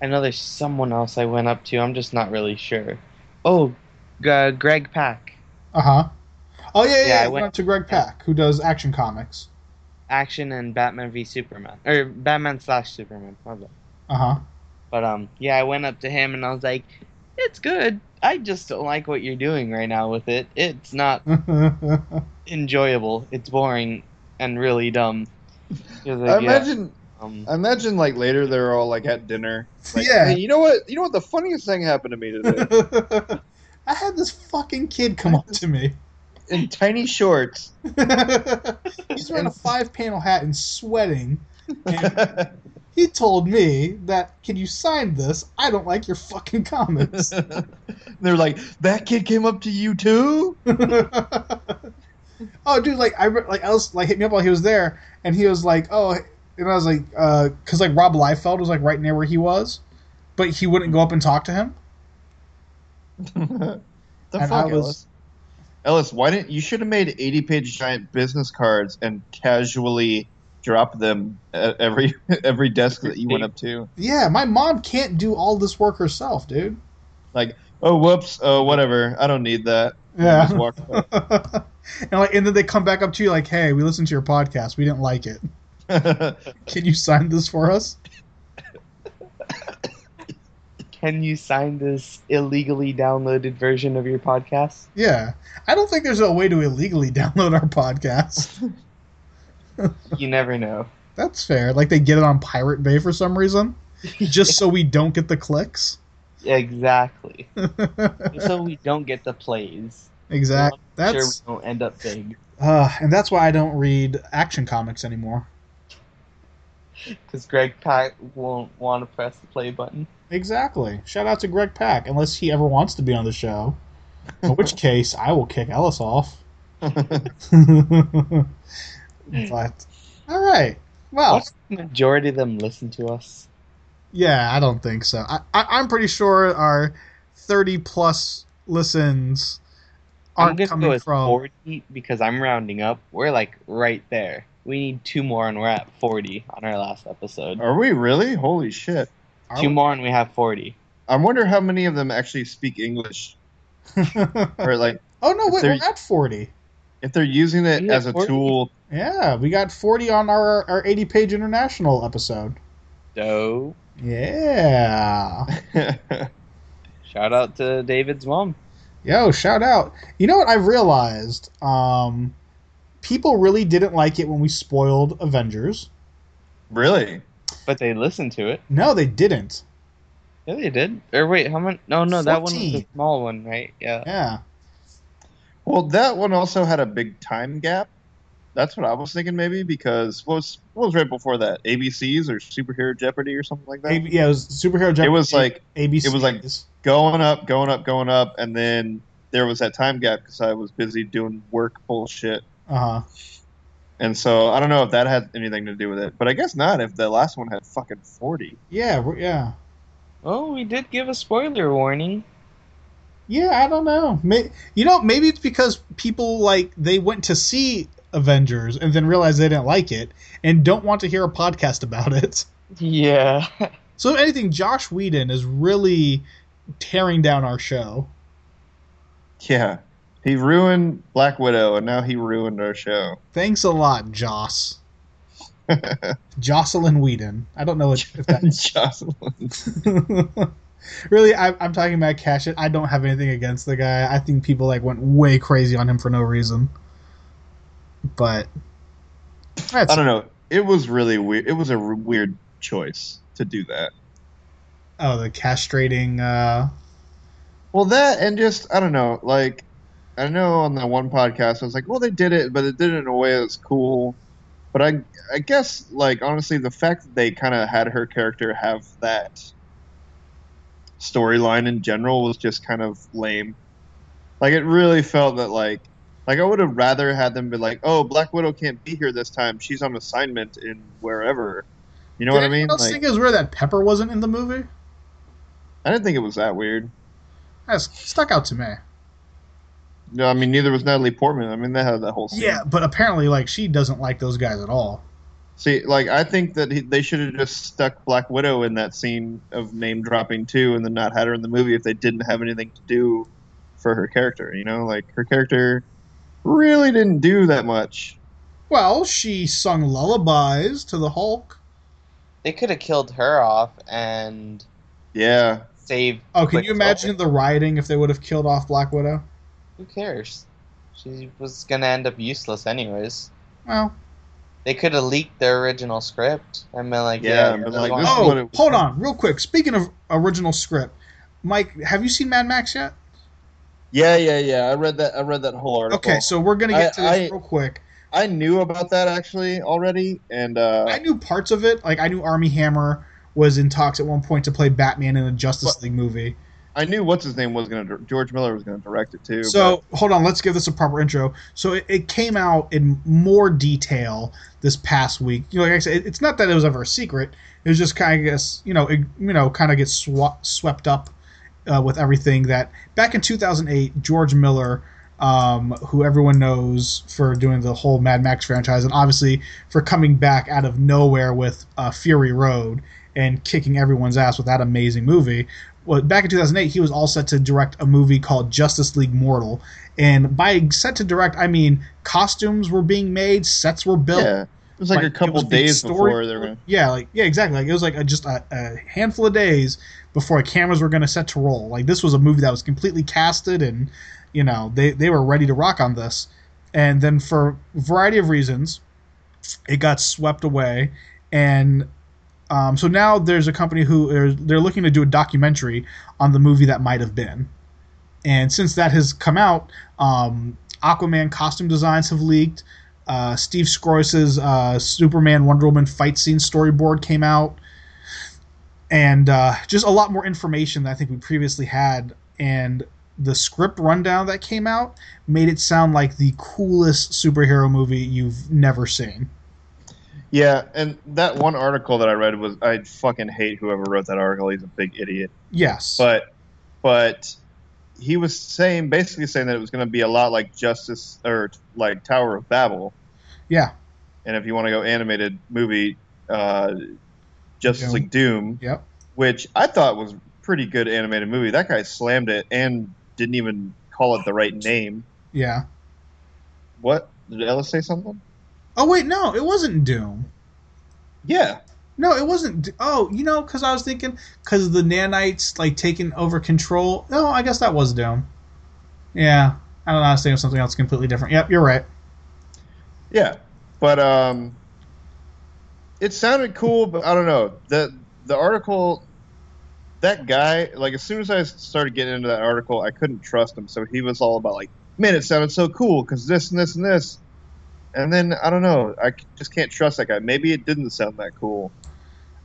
Speaker 1: I know there's someone else I went up to. I'm just not really sure. Oh, G- Greg Pack.
Speaker 3: Uh huh. Oh yeah, yeah.
Speaker 1: Yeah,
Speaker 3: yeah.
Speaker 1: I
Speaker 3: you
Speaker 1: went-
Speaker 3: went up to Greg Pack, who does Action Comics.
Speaker 1: Action and Batman v Superman. Or Batman slash Superman. My bad.
Speaker 3: Uh huh.
Speaker 1: But um, yeah, I went up to him and I was like, "It's good. I just don't like what you're doing right now with it. It's not enjoyable. It's boring and really dumb." He was like,
Speaker 2: I
Speaker 1: "Yeah,
Speaker 2: imagine,
Speaker 1: um,
Speaker 2: I imagine, like later they're all like at dinner. Like,
Speaker 3: yeah.
Speaker 2: "Hey, you know what? You know what? The funniest thing happened to me today
Speaker 3: I had this fucking kid come up to me.
Speaker 2: in tiny shorts.
Speaker 3: He's wearing a five-panel hat and sweating. And he told me that, "Can you sign this? I don't like your fucking comics."
Speaker 2: They're like, that kid came up to you too.
Speaker 3: oh, dude, like I re- like I was like hit me up while he was there, and he was like, oh, and I was like, uh, cause like Rob Liefeld was like right near where he was, but he wouldn't go up and talk to him.
Speaker 2: the
Speaker 3: And I
Speaker 2: fuck,
Speaker 3: was-
Speaker 2: Ellis? Ellis, why didn't you should have made eighty-page giant business cards and casually drop them at every every desk that you went up to?
Speaker 3: Yeah, my mom can't do all this work herself, dude.
Speaker 2: Like, oh, whoops, oh, whatever, I don't need that. And
Speaker 3: Yeah.
Speaker 2: just walk away.
Speaker 3: and like, and then they come back up to you like, hey, we listened to your podcast, we didn't like it. Can you sign this for us?
Speaker 1: can you sign this illegally downloaded version of your podcast?"
Speaker 3: Yeah, I don't think there's a way to illegally download our podcast.
Speaker 1: You never know.
Speaker 3: That's fair. Like they get it on Pirate Bay for some reason, just so we don't get the clicks.
Speaker 1: Exactly. so we don't get the plays.
Speaker 3: Exactly.
Speaker 1: Sure,
Speaker 3: That's
Speaker 1: we don't end up big
Speaker 3: uh, and that's why I don't read action comics anymore.
Speaker 1: because Greg Pack won't want to press the play button.
Speaker 3: Exactly. Shout out to Greg Pack, unless he ever wants to be on the show, in which case I will kick Ellis off. but all right. Well,
Speaker 1: Majority of them listen to us.
Speaker 3: yeah, I don't think so. I, I I'm pretty sure our 30 plus listens
Speaker 1: I'm
Speaker 3: aren't
Speaker 1: gonna go
Speaker 3: coming
Speaker 1: with
Speaker 3: from
Speaker 1: 40 because I'm rounding up. We're like right there. We need two more and we're at 40 on our last episode.
Speaker 2: Are we really? Holy shit!
Speaker 3: Are
Speaker 1: Two
Speaker 3: we?
Speaker 1: more and we have 40.
Speaker 2: I wonder how many of them actually speak English, or like
Speaker 3: oh no, wait,
Speaker 2: They're-
Speaker 3: we're at 40.
Speaker 2: if they're using it
Speaker 1: Yeah,
Speaker 2: as a
Speaker 1: or-
Speaker 2: tool.
Speaker 3: Yeah, we got 40 on our our 80 page international episode.
Speaker 1: So,
Speaker 3: Yeah.
Speaker 1: shout out to David's mom.
Speaker 3: Yo, shout out. You know what I realized? Um, people really didn't like it when we spoiled Avengers.
Speaker 2: really?
Speaker 1: But they listened to it.
Speaker 3: No, they didn't.
Speaker 1: Yeah, they did. Or wait, how many? No, no, that one was the
Speaker 3: 14.
Speaker 1: small one, right? Yeah.
Speaker 3: Yeah.
Speaker 2: Well, that one also had a big time gap. That's what I was thinking, maybe because what was what was right before that? ABCs or Superhero Jeopardy or something like that.
Speaker 3: A- yeah, it was superhero.
Speaker 2: It was like
Speaker 3: ABC.
Speaker 2: it was like- going up, going up, going up, and then there was that time gap because I was busy doing work bullshit,
Speaker 3: uh huh.
Speaker 2: and so I don't know if that had anything to do with it, but I guess not. If the last one had fucking forty,
Speaker 3: Yeah, we're- yeah,
Speaker 1: Oh, we did give a spoiler warning.
Speaker 3: yeah. I don't know. May- you know, maybe it's because people like they went to see Avengers and then realized they didn't like it and don't want to hear a podcast about it.
Speaker 1: Yeah.
Speaker 3: So if anything, Josh Whedon is really tearing down our show.
Speaker 2: yeah, he ruined Black Widow, and now he ruined our show.
Speaker 3: Thanks a lot, Joss. Jocelyn Whedon. I don't know if, if that
Speaker 2: Jocelyn.
Speaker 3: really, I, I'm talking about Cash. It. I don't have anything against the guy. I think people like went way crazy on him for no reason. But that's,
Speaker 2: I don't know. It was really weird. It was a r- weird choice to do that.
Speaker 3: oh the castrating. Uh,
Speaker 2: Well, that and just I don't know. Like I know on the one podcast I was like, well, they did it, but they did it in a way that's cool. But I, I guess like honestly, the fact that they kind of had her character have that storyline in general was just kind of lame. Like it really felt that like. Like I would have rather had them be like, "Oh, Black Widow can't be here this time. She's on assignment in wherever." You know what I mean?
Speaker 3: else
Speaker 2: Like,
Speaker 3: think it was where that Pepper wasn't in the movie.
Speaker 2: I didn't think it was that weird.
Speaker 3: That stuck out to me.
Speaker 2: No, I mean neither was Natalie Portman. I mean they had that whole scene.
Speaker 3: Yeah, but apparently, like she doesn't like those guys at all.
Speaker 2: See, like I think that he, they should have just stuck Black Widow in that scene of name dropping too, and then not had her in the movie if they didn't have anything to do for her character. You know, like her character really didn't do that much.
Speaker 3: Well, she sung lullabies to the Hulk.
Speaker 1: They could have killed her off and
Speaker 2: Yeah,
Speaker 1: saved.
Speaker 3: Oh, can
Speaker 1: like,
Speaker 3: you imagine the rioting if they would have killed off Black Widow?
Speaker 1: Who cares? She was gonna end up useless anyways.
Speaker 3: Well,
Speaker 1: They could have leaked their original script. I mean, like
Speaker 2: Yeah,
Speaker 1: yeah,
Speaker 2: but,
Speaker 1: this
Speaker 2: like,
Speaker 1: one-
Speaker 2: this is what
Speaker 3: oh,
Speaker 2: it-
Speaker 3: hold on, real quick. Speaking of original script, Mike, have you seen Mad Max yet?
Speaker 2: yeah, yeah, yeah. I read that. I read that whole article.
Speaker 3: Okay, so we're gonna get to
Speaker 2: I-
Speaker 3: this
Speaker 2: I-
Speaker 3: real quick.
Speaker 2: I knew about that actually already, and uh,
Speaker 3: I knew parts of it. Like I knew Army Hammer was in talks at one point to play Batman in a Justice League movie.
Speaker 2: I knew what's his name was going to George Miller was going to direct it too.
Speaker 3: So hold on, let's give this a proper intro. So it, it came out in more detail this past week. You know, like I said, it- it's not that it was ever a secret. It was just kind of guess you know it, you know kind of gets swa- swept up uh, with everything that back in 2008 George Miller. Um, who everyone knows for doing the whole Mad Max franchise, and obviously for coming back out of nowhere with uh, Fury Road and kicking everyone's ass with that amazing movie well, back in 2008, he was all set to direct a movie called Justice League Mortal. And by set to direct, I mean costumes were being made, sets were
Speaker 2: but,
Speaker 3: built.
Speaker 2: yeah, it was like,
Speaker 3: Like,
Speaker 2: a couple
Speaker 3: it was being
Speaker 2: days
Speaker 3: story-
Speaker 2: before they were. Gonna,
Speaker 3: Yeah, like yeah, exactly. Like it was like a, just a, a handful of days before cameras were going to set to roll. Like this was a movie that was completely casted, and you know they they were ready to rock on this. And then for a variety of reasons, it got swept away, and um, so now there's a company who are, they're looking to do a documentary on the movie that might have been. And since that has come out, um, Aquaman costume designs have leaked. Uh, Steve Scroice's uh, Superman Wonder Woman fight scene storyboard came out, and uh, just a lot more information that I think we previously had. And the script rundown that came out made it sound like the coolest superhero movie you've never seen.
Speaker 2: Yeah, and that one article that I read was I fucking hate whoever wrote that article. He's a big idiot.
Speaker 3: Yes,
Speaker 2: But but he was saying basically saying that it was going to be a lot like Justice or like Tower of Babel.
Speaker 3: yeah,
Speaker 2: And if you want to go animated movie, uh, Justice
Speaker 3: Doom.
Speaker 2: League Doom,
Speaker 3: yep.
Speaker 2: which I thought was pretty good animated movie. That guy slammed it and didn't even call it the right name.
Speaker 3: Yeah.
Speaker 2: What did Ella say something?
Speaker 3: Oh wait, no, it wasn't Doom.
Speaker 2: Yeah,
Speaker 3: No, it wasn't. D- Oh, you know, because I was thinking, because the nanites like taking over control. No, I guess that was Doom. Yeah, I don't know. I was thinking of something else completely different. Yep, you're right.
Speaker 2: Yeah, but um, it sounded cool, but I don't know the the article. That guy, like, as soon as I started getting into that article, I couldn't trust him. So he was all about like, man, it sounded so cool because this and this and this. And then I don't know, I c- just can't trust that guy. Maybe it didn't sound that cool.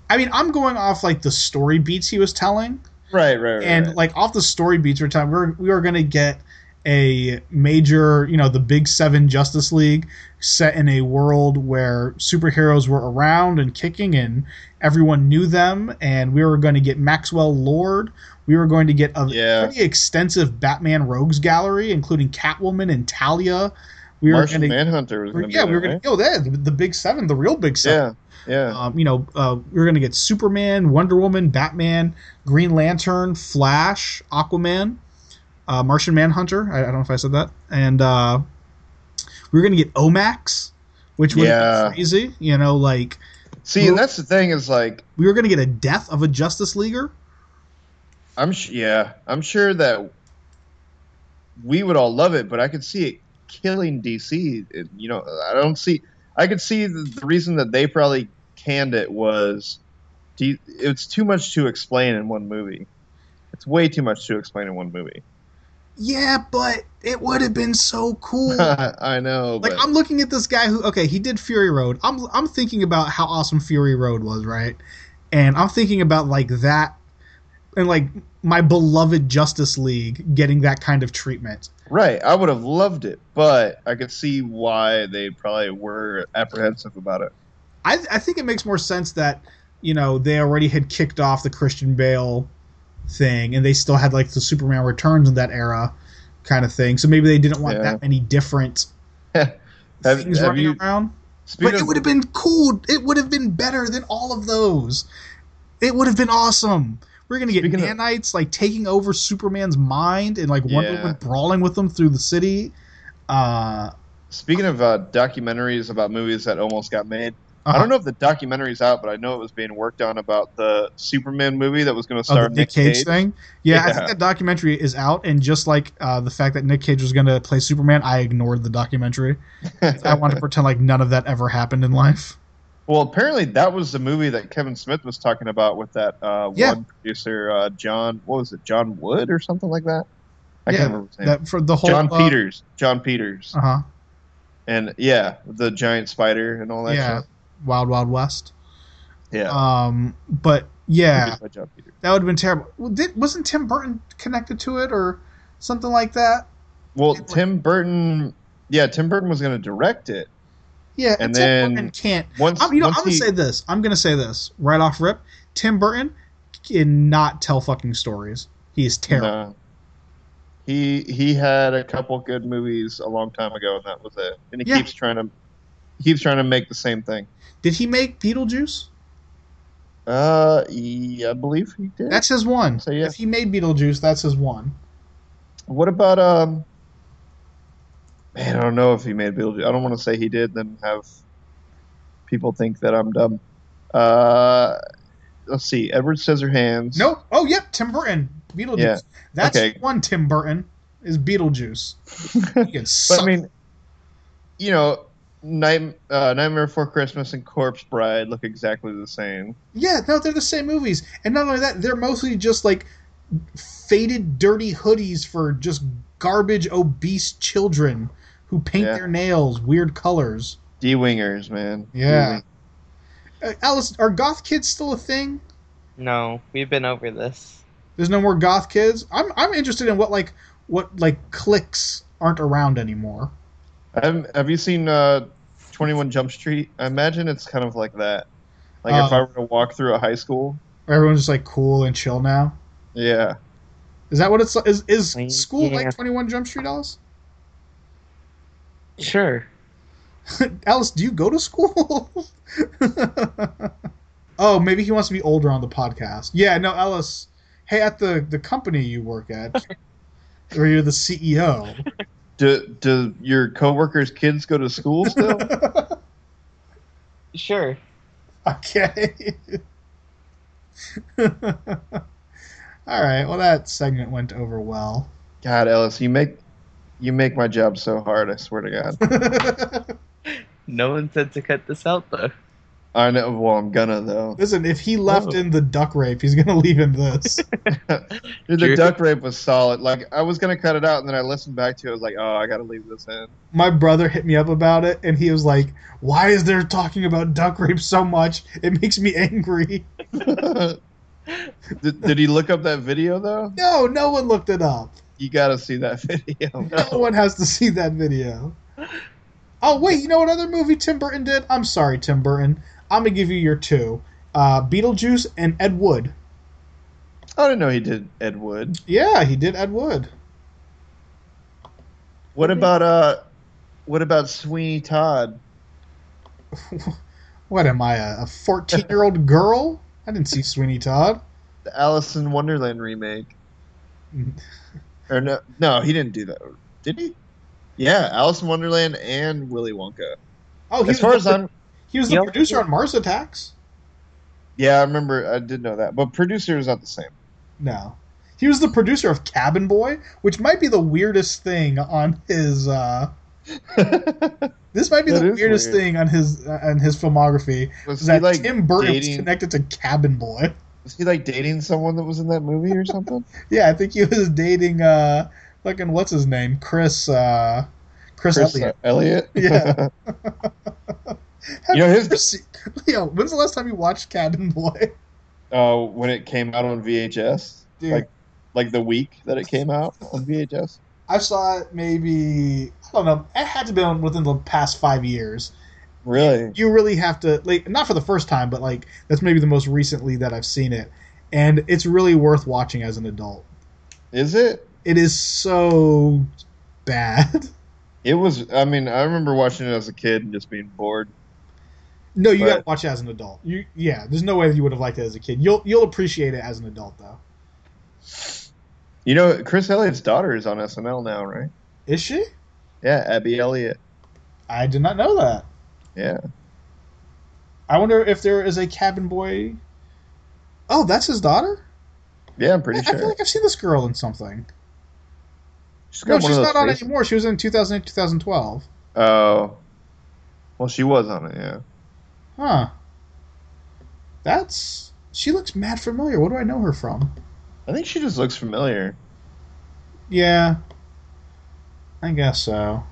Speaker 3: I mean, I'm going off like the story beats he was telling,
Speaker 2: Right, right, right.
Speaker 3: and
Speaker 2: right.
Speaker 3: like off the story beats we're telling, we're we are gonna get a major, you know, the Big Seven Justice League set in a world where superheroes were around and kicking, and everyone knew them, and we were going to get Maxwell Lord. We were going to get a
Speaker 2: Yeah.
Speaker 3: pretty extensive Batman rogues gallery, including Catwoman and Talia. We were
Speaker 2: Martian
Speaker 3: going to,
Speaker 2: Manhunter was gonna
Speaker 3: yeah,
Speaker 2: be
Speaker 3: we were
Speaker 2: there,
Speaker 3: going to go there, the, the Big Seven, the real Big Seven
Speaker 2: right? Yeah, yeah.
Speaker 3: um, you know, uh, we're gonna get Superman, Wonder Woman, Batman, Green Lantern, Flash, Aquaman, uh, Martian Manhunter. I, I don't know if I said that. And uh, we're gonna get Omax, which would
Speaker 2: Yeah.
Speaker 3: be crazy. You know, like
Speaker 2: See, and that's the thing is like
Speaker 3: we were going to get a death of a Justice Leaguer.
Speaker 2: I'm sh- yeah, I'm sure that we would all love it, but I could see it killing DC. It- you know, I don't see. I could see the, the reason that they probably canned it was, D- it's too much to explain in one movie. It's way too much to explain in one movie.
Speaker 3: Yeah, but it would have been so cool.
Speaker 2: I know,
Speaker 3: like
Speaker 2: but
Speaker 3: I'm looking at this guy who okay, he did Fury Road. I'm I'm thinking about how awesome Fury Road was, right? And I'm thinking about like that and like my beloved Justice League getting that kind of treatment.
Speaker 2: right, I would have loved it, but I could see why they probably were apprehensive about it.
Speaker 3: I I think it makes more sense that, you know, they already had kicked off the Christian Bale thing and they still had like the Superman Returns in that era kind of thing. So maybe they didn't want
Speaker 2: Yeah.
Speaker 3: that many different
Speaker 2: Have-
Speaker 3: things
Speaker 2: have
Speaker 3: running
Speaker 2: you-
Speaker 3: around.
Speaker 2: Speaking
Speaker 3: but
Speaker 2: of-
Speaker 3: it would have been cool. It would have been better than all of those. It would have been awesome. We're gonna get
Speaker 2: Speaking of-
Speaker 3: nanites like taking over Superman's mind and like Wonder
Speaker 2: Yeah.
Speaker 3: Woman brawling with them through the city. Uh,
Speaker 2: Speaking of uh, documentaries about movies that almost got made, I
Speaker 3: Uh-huh.
Speaker 2: don't know if the documentary's out, but I know it was being worked on about the Superman movie that was going to
Speaker 3: uh,
Speaker 2: star
Speaker 3: the Nick Cage thing. Yeah, I think
Speaker 2: Yeah.
Speaker 3: that documentary is out, and just like uh, the fact that Nick Cage was gonna play Superman, I ignored the documentary. I wanted to pretend like none of that ever happened in life.
Speaker 2: well, apparently that was the movie that Kevin Smith was talking about with that uh,
Speaker 3: Yeah.
Speaker 2: one producer, uh, John. What was it, John Wood or something like that? I
Speaker 3: Yeah,
Speaker 2: can't remember his name.
Speaker 3: That for the whole
Speaker 2: John Peters. John Peters.
Speaker 3: Uh huh.
Speaker 2: and yeah, the giant spider and all that.
Speaker 3: Yeah.
Speaker 2: shit.
Speaker 3: Wild Wild West.
Speaker 2: yeah,
Speaker 3: Um, but yeah.
Speaker 2: Produced by John Peters.
Speaker 3: That would have been terrible. Well, Did, wasn't Tim Burton connected to it or something like that?
Speaker 2: Well,
Speaker 3: It was-
Speaker 2: Tim Burton. Yeah, Tim Burton was going to direct it.
Speaker 3: Yeah,
Speaker 2: And
Speaker 3: Tim
Speaker 2: then-
Speaker 3: Burton can't.
Speaker 2: Once,
Speaker 3: I'm, you know, I'm
Speaker 2: once
Speaker 3: gonna
Speaker 2: he-
Speaker 3: say this. I'm gonna say this right off rip. Tim Burton cannot tell fucking stories. He is terrible.
Speaker 2: No. He he had a couple good movies a long time ago, and that was it. And he
Speaker 3: Yeah.
Speaker 2: keeps trying to he keeps trying to make the same thing.
Speaker 3: Did he make Beetlejuice?
Speaker 2: Uh, yeah, I believe he did.
Speaker 3: That's his one.
Speaker 2: So, yeah.
Speaker 3: If he made Beetlejuice, that's his one.
Speaker 2: what about um? Man, I don't know if he made Beetlejuice. I don't want to say he did, then have people think that I'm dumb. Uh, let's see, Edward Scissorhands.
Speaker 3: Nope. Oh, yep. Tim Burton. Beetlejuice.
Speaker 2: Yeah.
Speaker 3: That's
Speaker 2: Okay.
Speaker 3: one. Tim Burton is Beetlejuice. He can
Speaker 2: But
Speaker 3: suck.
Speaker 2: I mean, you know, Night, uh, Nightmare Before Christmas and Corpse Bride look exactly the same.
Speaker 3: Yeah, no, they're the same movies. And not only that, they're mostly just like faded, dirty hoodies for just garbage, obese children who paint
Speaker 2: Yeah.
Speaker 3: their nails weird colors.
Speaker 2: D wingers, man.
Speaker 3: Yeah.
Speaker 2: D-wing-
Speaker 3: Uh, Alice, are goth kids still a thing?
Speaker 1: No, we've been over this.
Speaker 3: There's no more goth kids. I'm I'm interested in what like what like cliques aren't around anymore.
Speaker 2: Have, have you seen uh, 21 Jump Street? I imagine it's kind of like that. Like if
Speaker 3: Uh,
Speaker 2: I were to walk through a high school.
Speaker 3: Everyone's just like cool and chill now.
Speaker 2: Yeah.
Speaker 3: Is that what it's is is
Speaker 1: Well,
Speaker 3: school
Speaker 1: yeah.
Speaker 3: like 21 Jump Street, Alice?
Speaker 1: Sure.
Speaker 3: Alice, do you go to school? oh, maybe he wants to be older on the podcast. Yeah, no, Alice. Hey, at the the company you work at, or you're the E CEO.
Speaker 2: Do, do your coworkers' kids go to school still?
Speaker 1: Sure.
Speaker 3: Okay. All right. Well, that segment went over well.
Speaker 2: God, Ellis, you make you make my job so hard. I swear to God.
Speaker 1: No one said to cut this out though.
Speaker 2: I know. Well, I'm gonna though.
Speaker 3: Listen, if he left
Speaker 2: Whoa.
Speaker 3: in the duck rape, he's gonna leave in this.
Speaker 2: Dude, the
Speaker 1: Dude.
Speaker 2: duck rape was solid. Like I was gonna cut it out, and then I listened back to it. I was like, oh, I gotta leave this in.
Speaker 3: my brother hit me up about it and he was like why is there talking about duck rape so much it makes me angry
Speaker 2: did, did he look up that video though?
Speaker 3: no no one looked it up
Speaker 2: You gotta see that video.
Speaker 3: no one has to see that video oh wait you know what other movie tim burton did i'm sorry tim burton i'm gonna give you your two uh, beetlejuice and ed wood
Speaker 2: I didn't know he did Ed Wood.
Speaker 3: yeah he did ed wood
Speaker 2: What about uh, what about Sweeney Todd?
Speaker 3: what am i a 14 year old girl i didn't see sweeney todd
Speaker 2: The Alice in Wonderland remake? Or no, no, he didn't do that. Did he? Yeah, Alice in Wonderland and Willy Wonka.
Speaker 3: Oh, he
Speaker 2: As
Speaker 3: was,
Speaker 2: far
Speaker 3: the,
Speaker 2: as I'm,
Speaker 3: he was the
Speaker 1: Yep.
Speaker 3: producer on Mars Attacks.
Speaker 2: yeah, I remember I did know that, but producer is not the same.
Speaker 3: No, he was the producer of Cabin Boy, which might be the weirdest thing on his. Uh, this might be
Speaker 2: That
Speaker 3: the
Speaker 2: is
Speaker 3: weirdest
Speaker 2: weird.
Speaker 3: thing on his uh, on his filmography
Speaker 2: Was
Speaker 3: is
Speaker 2: he
Speaker 3: that
Speaker 2: like
Speaker 3: Tim Burton was
Speaker 2: dating?
Speaker 3: connected to Cabin Boy.
Speaker 2: Was he like dating someone that was in that movie or something?
Speaker 3: Yeah, I think he was dating uh fucking what's his name, Chris uh Chris,
Speaker 2: Chris
Speaker 3: Elliott.
Speaker 2: uh, Elliott.
Speaker 3: Yeah. Have
Speaker 2: You know, his-
Speaker 3: ever seen- Leo, when's the last time you watched Cabin Boy?
Speaker 2: uh, when it came out on VHS,
Speaker 3: Dude,
Speaker 2: like like the week that it came out on VHS.
Speaker 3: I saw it maybe I don't know. It had to be within the past five years.
Speaker 2: Really?
Speaker 3: You really have to like not for the first time, but like that's maybe the most recently that I've seen it, and it's really worth watching as an adult.
Speaker 2: Is it?
Speaker 3: It is so bad.
Speaker 2: It was. I mean, I remember watching it as a kid and just being bored.
Speaker 3: No, you
Speaker 2: But-
Speaker 3: gotta watch it as an adult. You yeah, there's no way that you would have liked it as a kid. You'll you'll appreciate it as an adult though.
Speaker 2: You know, Chris Elliott's daughter is on SNL now, right?
Speaker 3: Is she?
Speaker 2: Yeah, Abby Elliott.
Speaker 3: I did not know that.
Speaker 2: Yeah.
Speaker 3: I wonder if there is a cabin boy. Oh, that's his daughter.
Speaker 2: Yeah, I'm pretty
Speaker 3: I- I feel
Speaker 2: sure.
Speaker 3: like I've seen this girl in something.
Speaker 2: She's
Speaker 3: No, she's not on
Speaker 2: faces-
Speaker 3: anymore. She was in 2008, 2012.
Speaker 2: Oh. Well, she was on it, yeah.
Speaker 3: Huh. That's. She looks mad familiar. What do I know her from?
Speaker 2: I think she just looks familiar.
Speaker 3: Yeah. I guess so.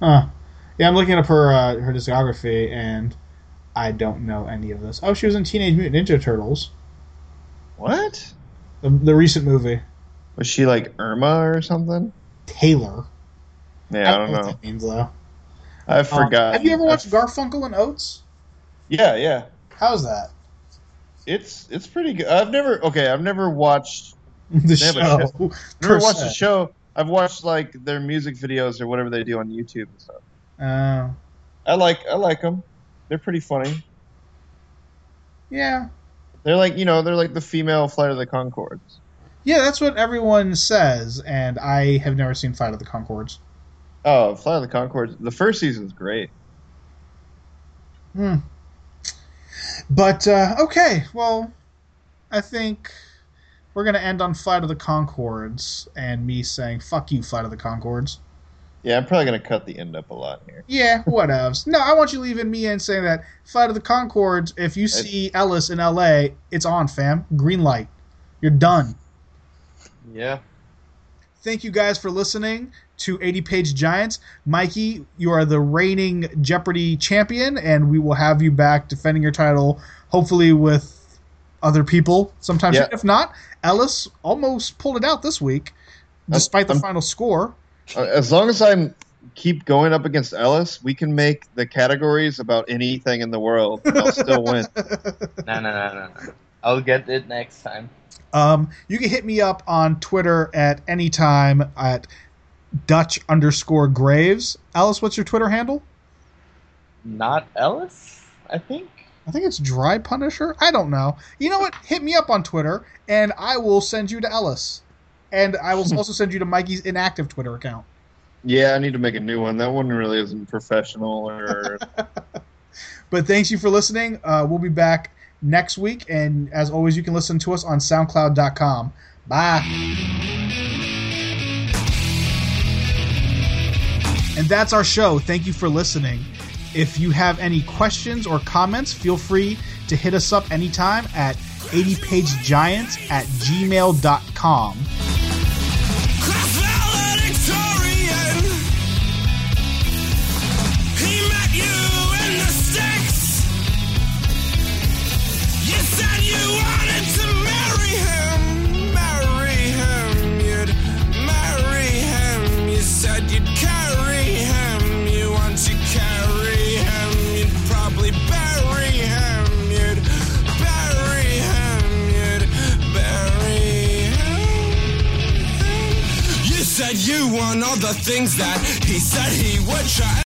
Speaker 3: Huh. Yeah, I'm looking up her uh, her discography, and I don't know any of this. Oh, she was in Teenage Mutant Ninja Turtles,
Speaker 2: What?
Speaker 3: the, the recent movie.
Speaker 2: Was she like Irma or something?
Speaker 3: Taylor.
Speaker 2: Yeah, I don't
Speaker 3: what
Speaker 2: know.
Speaker 3: that means, though.
Speaker 2: I forgot.
Speaker 3: Um, have you ever watched Garfunkel and Oates?
Speaker 2: Yeah, yeah.
Speaker 3: How's that?
Speaker 2: It's it's pretty good. I've never okay. I've never watched.
Speaker 3: the
Speaker 2: They have a
Speaker 3: show.
Speaker 2: I've never
Speaker 3: per
Speaker 2: watched the
Speaker 3: se.
Speaker 2: show. I've watched like their music videos or whatever they do on YouTube and stuff.
Speaker 3: Oh.
Speaker 2: I like I like them. They're pretty funny.
Speaker 3: yeah.
Speaker 2: They're like you know they're like the female Flight of the Concords.
Speaker 3: Yeah, that's what everyone says, and I have never seen Flight of the Concords.
Speaker 2: Oh, Flight of the Concords. The first season's great.
Speaker 3: Hmm. But uh, okay, well, I think we're gonna end on Flight of the Concords and me saying "fuck you, Flight of the Concords."
Speaker 2: Yeah, I'm probably gonna cut the end up a lot here.
Speaker 3: Yeah, whatevs. no, I want you leaving me in saying that Flight of the Concords. If you see Ellis in L.A., it's on, fam. Green light. You're done.
Speaker 1: Yeah.
Speaker 3: Thank you guys for listening to 80 Page Giants. Mikey, you are the reigning Jeopardy champion, and we will have you back defending your title, hopefully with other people sometimes.
Speaker 2: Yeah.
Speaker 3: If not, Ellis almost pulled it out this week, despite the
Speaker 2: I'm-
Speaker 3: final score.
Speaker 2: Uh, As long as I keep going up against Ellis, we can make the categories about anything in the world. and I'll still win.
Speaker 1: No, no, no, no, no. I'll get it next time.
Speaker 3: Um, you can hit me up on Twitter at any time at Dutch underscore Graves. Ellis, what's your Twitter handle?
Speaker 1: Not Ellis, I think.
Speaker 3: I think it's Dry Punisher. I don't know. You know what? Hit me up on Twitter, and I will send you to Ellis, and I will also send you to Mikey's inactive Twitter account.
Speaker 2: Yeah, I need to make a new one. That one really isn't professional or
Speaker 3: But thanks you for listening. Uh, we'll be back next week, and as always, you can listen to us on SoundCloud.com. Bye. And that's our show. Thank you for listening. If you have any questions or comments, feel free to hit us up anytime at 80pagegiants at gmail.com.
Speaker 4: Class valedictorian. He met you in the sticks. You said you wanted to marry him, marry him. You'd marry him. You said you'd carry him. You want to carry him. You'd probably bury him. You'd bury him. You'd bury him. You said you want all the things that he said he would try.